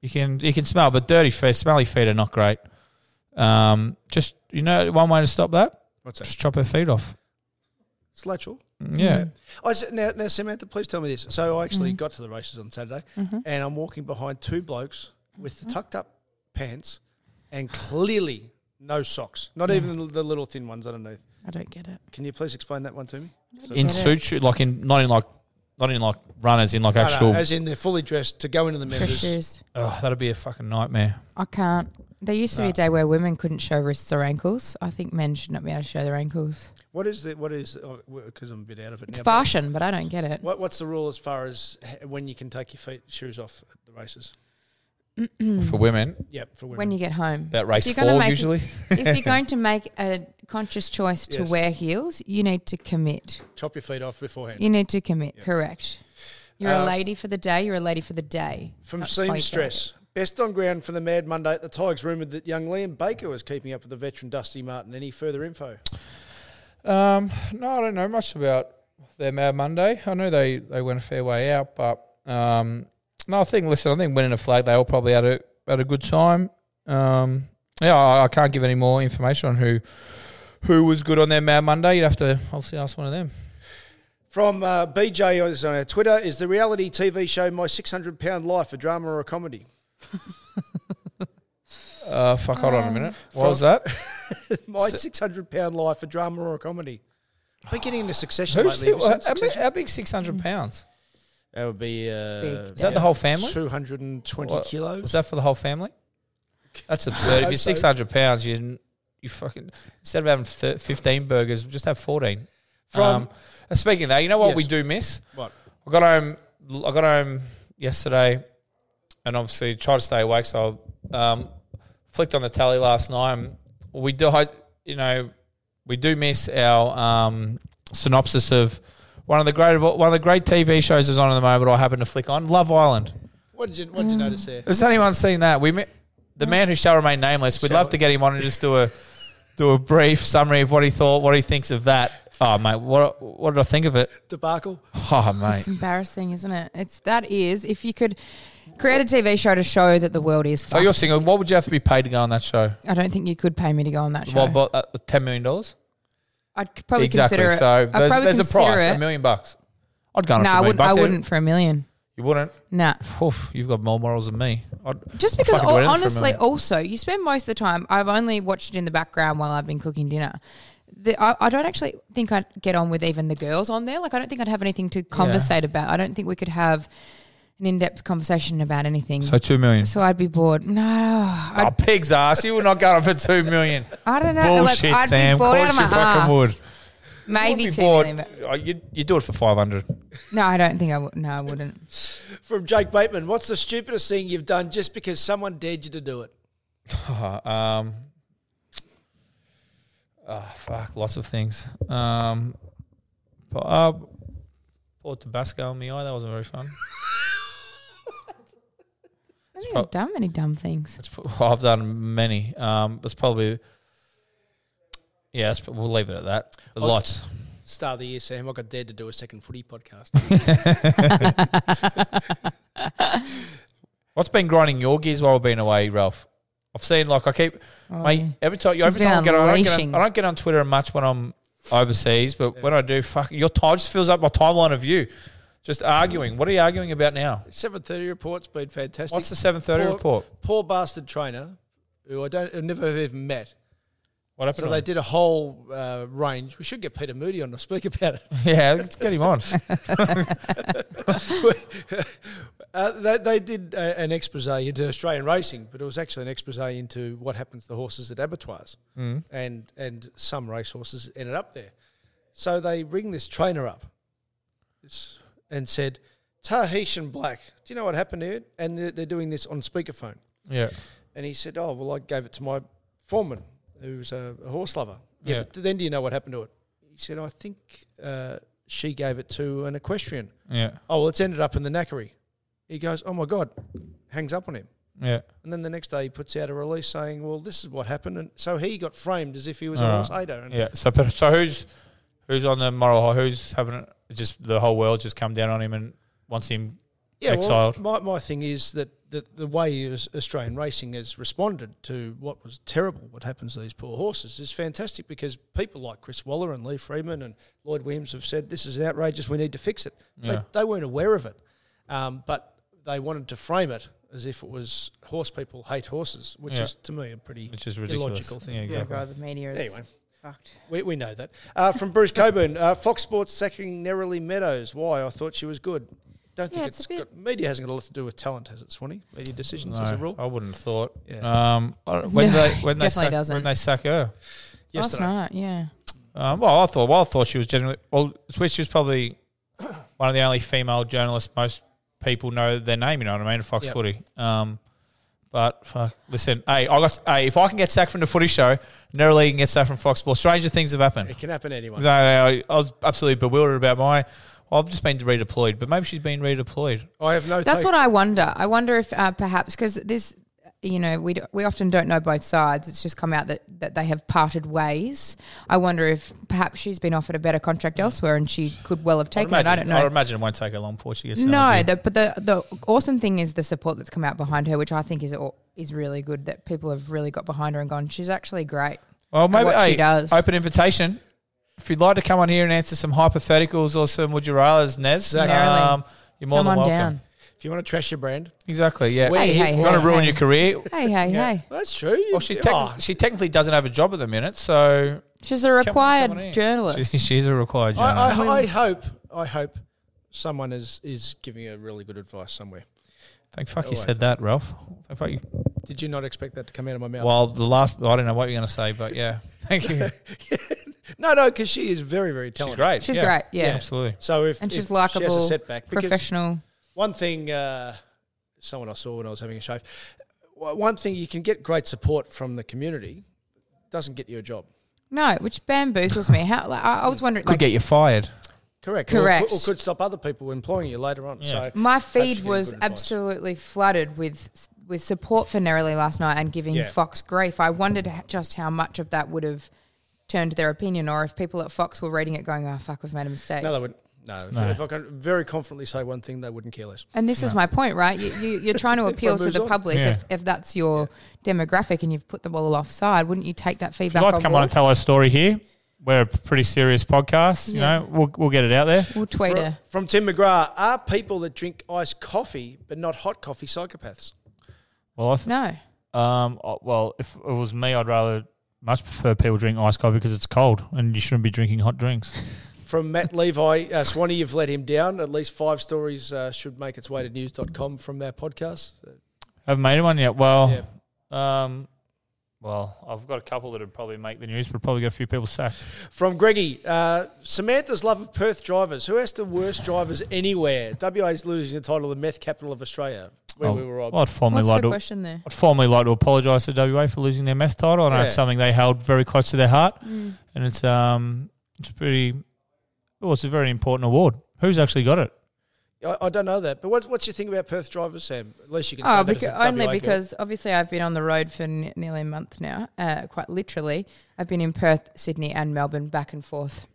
[SPEAKER 4] you can you can smell, but dirty feet, smelly feet are not great. Um, just you know, one way to stop that,
[SPEAKER 2] What's that?
[SPEAKER 4] just chop her feet off. Mm,
[SPEAKER 2] It's lateral.
[SPEAKER 4] Yeah,
[SPEAKER 3] Mm-hmm.
[SPEAKER 2] I s now, now, Samantha, please tell me this. So I actually got to the races on Saturday, and I'm walking behind two blokes with the tucked up pants and clearly no socks, not even the, the little thin ones underneath.
[SPEAKER 3] I don't get it.
[SPEAKER 2] Can you please explain that one to me?
[SPEAKER 4] in
[SPEAKER 3] Get it.
[SPEAKER 4] suture, like in not in like not in like runners, in like
[SPEAKER 2] No, no,
[SPEAKER 4] actual.
[SPEAKER 2] as in they're fully dressed to go into the
[SPEAKER 3] For
[SPEAKER 2] members.
[SPEAKER 3] shoes.
[SPEAKER 4] oh, that'd be a fucking nightmare.
[SPEAKER 3] I can't. There used to be a day where women couldn't show wrists or ankles. I think men should not be able to show their ankles.
[SPEAKER 2] What is the what is because I'm a bit out of it
[SPEAKER 3] It's
[SPEAKER 2] now. but
[SPEAKER 3] fashion, but I don't get it.
[SPEAKER 2] What, what's the rule as far as h- when you can take your feet shoes off at the races?
[SPEAKER 3] Hmm.
[SPEAKER 4] for women.
[SPEAKER 2] Yep, for women.
[SPEAKER 3] When you get home,
[SPEAKER 4] About race
[SPEAKER 3] If you're
[SPEAKER 4] four
[SPEAKER 3] gonna make-
[SPEAKER 4] usually.
[SPEAKER 3] if you're going to make a conscious choice to
[SPEAKER 2] Yes.
[SPEAKER 3] wear heels, you need to commit.
[SPEAKER 2] chop your feet off beforehand.
[SPEAKER 3] You need to commit. Correct. You're
[SPEAKER 2] Uh,
[SPEAKER 3] a lady for the day. You're a lady for the day.
[SPEAKER 2] From
[SPEAKER 3] not slave
[SPEAKER 2] Seamstress. Best on ground from the Mad Monday at the Tigers. Rumoured that young Liam Baker was keeping up with the veteran Dusty Martin. Any further info?
[SPEAKER 4] Um, no, I don't know much about their Mad Monday. I know they, they went a fair way out, but um, no, I think listen, I think winning a flag, they all probably had a had a good time. Um, yeah, I, I can't give any more information on who who was good on their Mad Monday. You'd have to obviously ask one of them.
[SPEAKER 2] From uh, BJ is on our Twitter, is the reality TV show My 600 Pound Life a drama or a comedy?
[SPEAKER 4] Uh, fuck, hold
[SPEAKER 3] Um,
[SPEAKER 4] on a minute. What was that?
[SPEAKER 2] My 600 Pound Life a drama or a comedy? We're getting into succession
[SPEAKER 4] Who's
[SPEAKER 2] lately. Have you seen
[SPEAKER 4] the, how, big,
[SPEAKER 2] Succession?
[SPEAKER 4] how big six hundred pounds?
[SPEAKER 2] That would be. Uh,
[SPEAKER 3] Big.
[SPEAKER 4] Is that the whole family?
[SPEAKER 2] 220
[SPEAKER 4] What- um,
[SPEAKER 2] kilos.
[SPEAKER 4] Was that for the whole family? That's absurd. if you're
[SPEAKER 2] hope so.
[SPEAKER 4] six hundred pounds, you you fucking instead of having thir- fifteen burgers, just have fourteen. Um,
[SPEAKER 2] From-
[SPEAKER 4] and speaking of that, you know what we
[SPEAKER 2] Yes.
[SPEAKER 4] do miss.
[SPEAKER 2] What?
[SPEAKER 4] I got home. I got home yesterday, and obviously tried to stay awake. So I um, flicked on the tally last night. and We do, I- you know, we do miss our um, synopsis of one of the great one of the great TV shows is on at the moment. I happen to flick on Love Island.
[SPEAKER 2] What did you, what did
[SPEAKER 4] Hmm.
[SPEAKER 2] you notice there?
[SPEAKER 4] Has anyone seen that? We met the man who shall remain nameless. We'd love to get him on and just do a do a brief summary of what he thought, what he thinks of that. Oh mate, what what did I think of it?
[SPEAKER 2] Debacle.
[SPEAKER 4] Oh
[SPEAKER 3] It's
[SPEAKER 4] mate,
[SPEAKER 3] embarrassing, isn't it? It's that is if you could create a TV show to show that the world is.
[SPEAKER 4] so
[SPEAKER 3] Fucked,
[SPEAKER 4] you're single. What would you have to be paid to go on that show?
[SPEAKER 3] I don't think you could pay me to go on that show.
[SPEAKER 4] Well, but, uh, ten million dollars.
[SPEAKER 3] I'd c- probably
[SPEAKER 4] Exactly.
[SPEAKER 3] consider it.
[SPEAKER 4] So
[SPEAKER 3] I'd
[SPEAKER 4] there's,
[SPEAKER 3] probably
[SPEAKER 4] there's a
[SPEAKER 3] consider
[SPEAKER 4] price,
[SPEAKER 3] it.
[SPEAKER 4] a million bucks. I'd go on it
[SPEAKER 3] No,
[SPEAKER 4] for a
[SPEAKER 3] I
[SPEAKER 4] million
[SPEAKER 3] wouldn't.
[SPEAKER 4] bucks.
[SPEAKER 3] I wouldn't for a million.
[SPEAKER 4] You wouldn't.
[SPEAKER 3] Nah.
[SPEAKER 4] Oof, you've got more morals than me. I'd,
[SPEAKER 3] Just
[SPEAKER 4] I'd
[SPEAKER 3] because,
[SPEAKER 4] fucking do anything for a
[SPEAKER 3] honestly, oh,
[SPEAKER 4] million.
[SPEAKER 3] also you spend most of the time. I've only watched it in the background while I've been cooking dinner. The, I, I don't actually think I'd get on with even the girls on there. Like, I don't think I'd have anything to conversate about. I don't think we could have an in-depth conversation about anything.
[SPEAKER 4] so
[SPEAKER 3] So,
[SPEAKER 4] two million.
[SPEAKER 3] I'd be bored. No, I'd,
[SPEAKER 4] oh, pig's ass. You would not go on for two million.
[SPEAKER 3] I don't know. like,
[SPEAKER 4] Ah, Bullshit,
[SPEAKER 3] I'd
[SPEAKER 4] Sam.
[SPEAKER 3] Be bored
[SPEAKER 4] course
[SPEAKER 3] out of my
[SPEAKER 4] you fucking
[SPEAKER 3] ass.
[SPEAKER 4] would.
[SPEAKER 3] Maybe
[SPEAKER 4] I'd be
[SPEAKER 3] two
[SPEAKER 4] bored.
[SPEAKER 3] million,
[SPEAKER 4] Oh, you'd, you'd do it for 500.
[SPEAKER 3] but no, I don't think I would. No, I wouldn't.
[SPEAKER 2] From Jake Bateman, what's the stupidest thing you've done just because someone dared you to do it?
[SPEAKER 4] um, ah, fuck, lots of things. Um, but, uh, poured Tabasco on me eye. That wasn't very fun.
[SPEAKER 3] I think I've done many dumb things.
[SPEAKER 4] It's, pro- I've done many. Um, it's probably, yeah, it's, we'll leave it at that. But
[SPEAKER 2] Oh.
[SPEAKER 4] Lots.
[SPEAKER 2] Start of the year, Sam. I got dared to do a second footy podcast.
[SPEAKER 4] What's been grinding your gears while we've been away, Ralph? I've seen like I keep
[SPEAKER 3] Oh,
[SPEAKER 4] mate every time you
[SPEAKER 3] Mm. He's
[SPEAKER 4] every
[SPEAKER 3] been
[SPEAKER 4] time I get, on, I, don't get on,
[SPEAKER 3] unleashing.
[SPEAKER 4] I don't get on Twitter much when I'm overseas, but when I do, fuck your time just fills up my timeline of you. Just arguing. What are you arguing about now?
[SPEAKER 2] 7.30 report's been fantastic.
[SPEAKER 4] What's the 7:30
[SPEAKER 2] Poor-
[SPEAKER 4] report?
[SPEAKER 2] Poor bastard trainer, who I don't, I've never even met.
[SPEAKER 4] What happened?
[SPEAKER 2] So
[SPEAKER 4] to
[SPEAKER 2] they
[SPEAKER 4] him?
[SPEAKER 2] did a whole uh, range. We should get Peter Moody on to speak about it.
[SPEAKER 4] Yeah, let's get him on.
[SPEAKER 2] Uh, they, they did a, an expose into Australian racing, but it was actually an expose into what happens to horses at abattoirs, mm. and and some racehorses ended up there. So they ring this trainer up, It's- and said, "Tahitian Black, do you know what happened here?" And they're, they're doing this on speakerphone.
[SPEAKER 4] yeah,
[SPEAKER 2] And he said, "Oh well, I gave it to my foreman, who's a, a horse lover." Yeah.
[SPEAKER 4] Yeah.
[SPEAKER 2] But then do you know what happened to it? He said, "I think uh, she gave it to an equestrian.
[SPEAKER 4] Yeah.
[SPEAKER 2] Oh, well, it's ended up in the knackery. He goes, oh my God, hangs up on him.
[SPEAKER 4] Yeah.
[SPEAKER 2] And then the next day he puts out a release saying, well, this is what happened. And so he got framed as if he was
[SPEAKER 4] All
[SPEAKER 2] a
[SPEAKER 4] right.
[SPEAKER 2] horse aider. And
[SPEAKER 4] Yeah. So, but- so who's who's on the moral high? Who's having it? Just the whole world just come down on him and wants him.
[SPEAKER 2] Yeah,
[SPEAKER 4] exiled.
[SPEAKER 2] Well, my, my thing is that the, the way is- Australian racing has responded to what was terrible, what happens to these poor horses, is fantastic because people like Chris Waller and Lee Freeman and Lloyd Williams have said, this is outrageous, we need to fix it.
[SPEAKER 4] Yeah.
[SPEAKER 2] They, they weren't aware of it, um, but they wanted to frame it as if it was horse people hate horses, which
[SPEAKER 4] Yeah.
[SPEAKER 2] is to me a pretty
[SPEAKER 4] Which is ridiculous.
[SPEAKER 2] illogical thing.
[SPEAKER 4] Yeah, exactly.
[SPEAKER 3] God, the media is
[SPEAKER 2] Anyway.
[SPEAKER 3] fucked.
[SPEAKER 2] We, we know that. Uh, from Bruce Coburn, uh, Fox Sports sacking Nerily Meadows. Why? I thought she was good. Don't think
[SPEAKER 3] Yeah,
[SPEAKER 2] it's,
[SPEAKER 3] it's a
[SPEAKER 2] got, media hasn't got a lot to do with talent, has it, Swanee? Media decisions as a
[SPEAKER 4] No, Oh.
[SPEAKER 2] rule.
[SPEAKER 4] I wouldn't have thought.
[SPEAKER 2] Yeah.
[SPEAKER 4] Um, I don't- when they when they
[SPEAKER 3] definitely
[SPEAKER 4] sack, when
[SPEAKER 3] doesn't.
[SPEAKER 4] they sack her.
[SPEAKER 3] Last
[SPEAKER 2] Yesterday.
[SPEAKER 3] night, yeah.
[SPEAKER 4] Um, well, I thought well, I thought she was generally well. It's weird, she was probably one of the only female journalists most people know their name. You know what I mean? Fox
[SPEAKER 2] Yep.
[SPEAKER 4] Footy. Um, but fuck, listen, hey, I got hey, if I can get sacked from the Footy Show, Neroli can get sacked from Fox Sports. Stranger things have happened.
[SPEAKER 2] It can happen to anyone.
[SPEAKER 4] No, no, I, I was absolutely bewildered about my. Well, I've just been redeployed, but maybe she's been redeployed.
[SPEAKER 2] I have no
[SPEAKER 3] That's
[SPEAKER 2] take.
[SPEAKER 3] what I wonder. I wonder if uh, perhaps because this, you know, we, d- we often don't know both sides. It's just come out that, that they have parted ways. I wonder if perhaps she's been offered a better contract elsewhere and she could well have
[SPEAKER 4] I'd
[SPEAKER 3] taken it. I don't know.
[SPEAKER 4] I'd imagine it won't take her long before she gets. an
[SPEAKER 3] No,
[SPEAKER 4] idea.
[SPEAKER 3] the, but the the awesome thing is the support that's come out behind her, which I think is au- is really good. That people have really got behind her and gone, she's actually great.
[SPEAKER 4] well, maybe
[SPEAKER 3] what she
[SPEAKER 4] hey,
[SPEAKER 3] does.
[SPEAKER 4] Open invitation. If you'd like to come on here and answer some hypotheticals or some would you rather's, Nez,
[SPEAKER 2] Exactly.
[SPEAKER 4] um, you're more
[SPEAKER 3] Come
[SPEAKER 4] than
[SPEAKER 3] on
[SPEAKER 4] welcome.
[SPEAKER 3] down.
[SPEAKER 2] if you want to trash your brand,
[SPEAKER 4] Exactly. Yeah.
[SPEAKER 2] We're
[SPEAKER 3] Hey,
[SPEAKER 2] here
[SPEAKER 3] hey,
[SPEAKER 4] You're
[SPEAKER 3] hey,
[SPEAKER 4] going to ruin
[SPEAKER 3] hey.
[SPEAKER 4] your career.
[SPEAKER 3] Hey, hey, hey!
[SPEAKER 2] that's true. You-
[SPEAKER 4] Well, she, tec-
[SPEAKER 2] oh,
[SPEAKER 4] she technically doesn't have a job at the minute, so
[SPEAKER 3] She's a
[SPEAKER 4] come
[SPEAKER 3] required
[SPEAKER 4] on in.
[SPEAKER 3] journalist.
[SPEAKER 4] She- she's a required journalist.
[SPEAKER 2] Ah, I, I, I hope, I hope someone is, is giving her really good advice somewhere.
[SPEAKER 4] Thank fuck you
[SPEAKER 2] Always.
[SPEAKER 4] said that, Ralph. Thank fuck you.
[SPEAKER 2] Did you not expect that to come out of my mouth?
[SPEAKER 4] Well, the last, I don't know what you're going to say, but yeah. Thank you.
[SPEAKER 2] no, no, because she is very, very
[SPEAKER 4] She's
[SPEAKER 2] talented.
[SPEAKER 4] great.
[SPEAKER 3] She's
[SPEAKER 4] yeah.
[SPEAKER 3] great, yeah.
[SPEAKER 4] Absolutely.
[SPEAKER 2] So if,
[SPEAKER 3] And
[SPEAKER 2] if
[SPEAKER 3] she's
[SPEAKER 2] she has a
[SPEAKER 3] likable,
[SPEAKER 2] setback, because
[SPEAKER 3] professional.
[SPEAKER 2] One thing, uh, someone I saw when I was having a shave. w- One thing you can get great support from the community, doesn't get you a job.
[SPEAKER 3] No, which bamboozles me. How like, I, I was wondering,
[SPEAKER 4] Could
[SPEAKER 3] like,
[SPEAKER 4] get you fired.
[SPEAKER 2] Correct. Or-
[SPEAKER 3] Correct.
[SPEAKER 2] Or, could stop other people employing you later on.
[SPEAKER 4] Yeah.
[SPEAKER 2] So
[SPEAKER 3] my
[SPEAKER 2] That's
[SPEAKER 3] feed
[SPEAKER 2] really
[SPEAKER 3] was
[SPEAKER 2] good advice.
[SPEAKER 3] absolutely flooded with with support for Neroli last night and giving
[SPEAKER 2] Yeah.
[SPEAKER 3] Fox grief. I wondered h- just how much of that would have turned their opinion, or if people at Fox were reading it going, "Oh fuck, we've made a mistake."
[SPEAKER 2] no, they wouldn't. No, if-
[SPEAKER 4] No.
[SPEAKER 2] If, I can very confidently say one thing, they wouldn't care less.
[SPEAKER 3] And this is my point, right? You, you, you're trying to
[SPEAKER 2] Everyone
[SPEAKER 3] appeal to
[SPEAKER 2] moves
[SPEAKER 3] the
[SPEAKER 2] on.
[SPEAKER 3] public.
[SPEAKER 4] Yeah.
[SPEAKER 3] If, if that's your demographic and you've put them all offside, wouldn't you take that
[SPEAKER 4] If you'd
[SPEAKER 3] feedback
[SPEAKER 4] like to
[SPEAKER 3] on
[SPEAKER 4] come on
[SPEAKER 3] board?
[SPEAKER 4] and tell our story here, we're a pretty serious podcast. You
[SPEAKER 3] Yeah.
[SPEAKER 4] know, we'll, we'll get it out there.
[SPEAKER 3] We'll tweet
[SPEAKER 2] Fro-
[SPEAKER 3] her.
[SPEAKER 2] From Tim McGrath, are people that drink iced coffee but not hot coffee psychopaths?
[SPEAKER 4] Well, I th-
[SPEAKER 3] No.
[SPEAKER 4] um, uh, well, if it was me, I'd rather much prefer people drink iced coffee because it's cold and you shouldn't be drinking hot drinks.
[SPEAKER 2] From Matt Levi, uh, Swanee, you've let him down. At least five stories uh, should make its way to news.com from our podcast. Uh,
[SPEAKER 4] Haven't made one yet. Well, um, well, I've got a couple that would probably make the news, but probably got a few people sacked.
[SPEAKER 2] From Greggy, uh, Samantha's love of Perth drivers. Who has the worst drivers anywhere? WA's losing the title of the meth capital of Australia. Where
[SPEAKER 4] Oh,
[SPEAKER 2] we were
[SPEAKER 4] well,
[SPEAKER 2] all.
[SPEAKER 4] I'd formally
[SPEAKER 3] What's
[SPEAKER 4] like
[SPEAKER 3] the
[SPEAKER 4] to,
[SPEAKER 3] question there?
[SPEAKER 4] I'd formally like to apologise to WA for losing their meth title. I know it's
[SPEAKER 2] Yeah.
[SPEAKER 4] something they held very close to their heart,
[SPEAKER 3] Mm.
[SPEAKER 4] and it's um, it's pretty. Well, it's a very important award. Who's actually got it?
[SPEAKER 2] I, I don't know that, but what's what's your thing about Perth drivers, Sam? At least you can.
[SPEAKER 3] Oh,
[SPEAKER 2] say that
[SPEAKER 3] because,
[SPEAKER 2] as a
[SPEAKER 3] only
[SPEAKER 2] WA girl.
[SPEAKER 3] because obviously I've been on the road for n- nearly a month now, uh, quite literally. I've been in Perth, Sydney, and Melbourne back and forth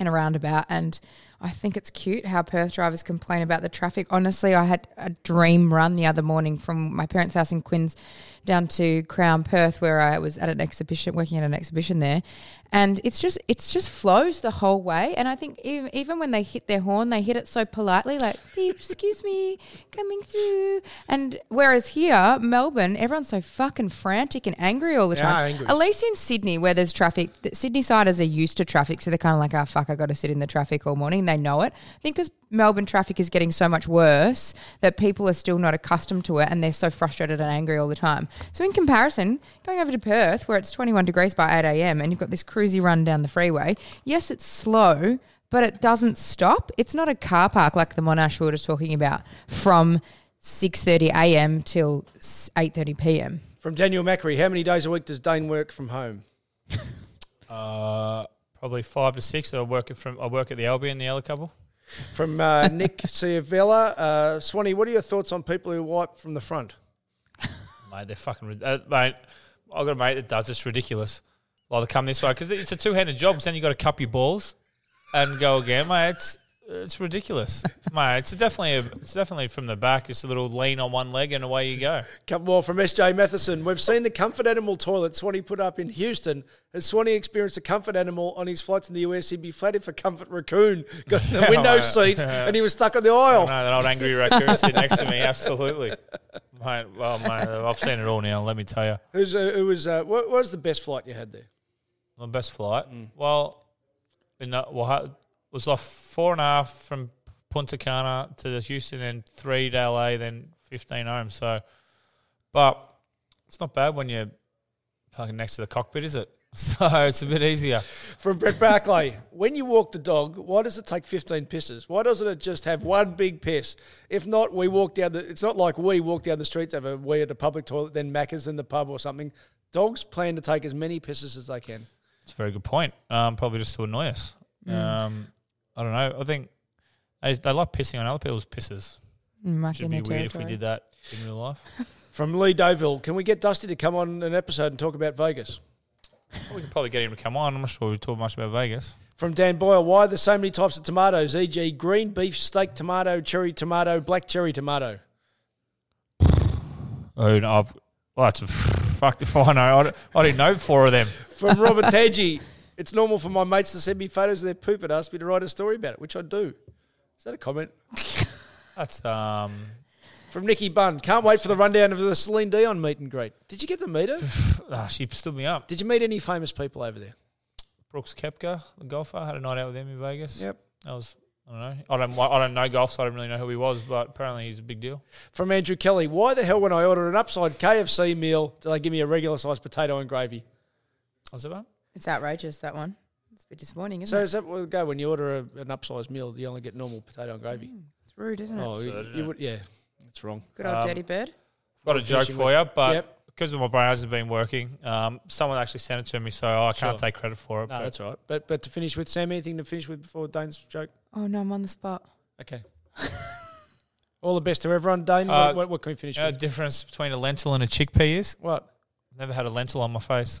[SPEAKER 3] and around about. And I think it's cute how Perth drivers complain about the traffic. Honestly, I had a dream run the other morning from my parents' house in Quinns down to Crown Perth, where I was at an exhibition, working at an exhibition there. And it's just, it's just flows the whole way. And I think even, even when they hit their horn, they hit it so politely, like, beep, excuse me, coming through. And whereas here, Melbourne, everyone's so fucking frantic and angry all the
[SPEAKER 2] Yeah,
[SPEAKER 3] time.
[SPEAKER 2] angry.
[SPEAKER 3] At least in Sydney, where there's traffic, th- Sydney siders are used to traffic, so they're kind of like, oh, fuck, I got to sit in the traffic all morning. They know it. I think because Melbourne traffic is getting so much worse that people are still not accustomed to it and they're so frustrated and angry all the time. So, in comparison, going over to Perth, where it's 21 degrees by 8 a.m., and you've got this cruisy run down the freeway, yes, it's slow. But it doesn't stop. It's not a car park like the Monash we were just talking about from 6.30 a.m. till 8.30 p.m.
[SPEAKER 2] From Daniel Macri, how many days a week does Dane work from home?
[SPEAKER 4] Uh, probably five to six. I work at from I work at the Albion, the Elder Couple.
[SPEAKER 2] From uh, Nick Ciavella, uh, Swanee, what are your thoughts on people who wipe from the front?
[SPEAKER 4] Mate, they're fucking rid- uh, mate. I've got a mate that does. It's ridiculous. Like they come this way because it's a two-handed job. So then you got to cup your balls and go again, mate. It's it's ridiculous, mate. It's definitely a, it's definitely from the back. Just a little lean on one leg and away you go.
[SPEAKER 2] Couple more from SJ Matheson. We've seen the comfort animal toilet Swanee put up in Houston. As Swanee experienced a comfort animal on his flights in the US, he'd be flatted for comfort raccoon. Got in the window
[SPEAKER 4] right.
[SPEAKER 2] seat and he was stuck on the aisle.
[SPEAKER 4] No, that old angry raccoon sitting next to me. Absolutely, mate. Well, mate, I've seen it all now. Let me tell you.
[SPEAKER 2] Who's, uh, who was, uh, what, what was the best flight you had there?
[SPEAKER 4] My best flight. Well, in the, well, ha- it was like four and a half from Punta Cana to the Houston, then three to LA, then fifteen home. So, but it's not bad when you're fucking next to the cockpit, is it? So it's a bit easier.
[SPEAKER 2] From Brett Barclay. when you walk the dog, why does it take 15 pisses? Why doesn't it just have one big piss? If not, we walk down the, it's not like we walk down the street to have a wee at a public toilet, then Macca's, then the pub or something. Dogs plan to take as many pisses as they can.
[SPEAKER 4] It's a very good point. Um, probably just to annoy us.
[SPEAKER 3] Mm.
[SPEAKER 4] Um, I don't know. I think they, they like pissing on other people's pisses.
[SPEAKER 3] Muck
[SPEAKER 4] Should
[SPEAKER 3] in
[SPEAKER 4] be
[SPEAKER 3] their
[SPEAKER 4] weird if we
[SPEAKER 3] territory.
[SPEAKER 4] did that in real life.
[SPEAKER 2] From Lee Deauville, can we get Dusty to come on an episode and talk about Vegas?
[SPEAKER 4] we could probably get him to come on. I'm not sure we talk much about Vegas.
[SPEAKER 2] From Dan Boyle, why are there so many types of tomatoes, e.g., green beef, steak tomato, cherry tomato, black cherry tomato?
[SPEAKER 4] Oh, no, I've well, that's fuck if I know. I, don't- I didn't know four of them.
[SPEAKER 2] From Robert Taggi, it's normal for my mates to send me photos of their poop and ask me to write a story about it, which I do. Is that a comment?
[SPEAKER 4] That's um,
[SPEAKER 2] From Nikki Bunn, can't wait for the rundown of the Celine Dion meet and greet. Did you get to meet her?
[SPEAKER 4] ah, she stood me up.
[SPEAKER 2] Did you meet any famous people over there?
[SPEAKER 4] Brooks Kepka, the golfer, had a night out with him in Vegas.
[SPEAKER 2] Yep.
[SPEAKER 4] that was. I don't know. I don't. I don't know golf, so I don't really know who he was. But apparently, he's a big deal.
[SPEAKER 2] From Andrew Kelly, why the hell when I order an upside KFC meal do they give me a regular sized potato and gravy?
[SPEAKER 4] I was about.
[SPEAKER 3] It's outrageous that one. It's a bit disappointing, isn't
[SPEAKER 2] So
[SPEAKER 3] it?
[SPEAKER 2] is that what we go when you order a, an upsized meal? Do you only get normal potato and gravy?
[SPEAKER 3] It's rude, isn't it?
[SPEAKER 2] Oh, um, you, you would, yeah, that's wrong.
[SPEAKER 3] Good old dirty bird.
[SPEAKER 4] Got a joke
[SPEAKER 2] finishing
[SPEAKER 4] for
[SPEAKER 2] with-
[SPEAKER 4] you, but
[SPEAKER 2] Yep.
[SPEAKER 4] because my brain hasn't been working, um, someone actually sent it to me, so I can't take credit for it.
[SPEAKER 2] No,
[SPEAKER 4] but
[SPEAKER 2] that's all right. But but to finish with Sam, anything to finish with before Dane's joke?
[SPEAKER 3] Oh no, I'm on the spot.
[SPEAKER 2] Okay. all the best to everyone, Dane.
[SPEAKER 4] Uh,
[SPEAKER 2] what, what, what can we finish
[SPEAKER 4] you know the
[SPEAKER 2] with?
[SPEAKER 4] difference between a lentil and a chickpea is
[SPEAKER 2] What?
[SPEAKER 4] I've never had a lentil on my face.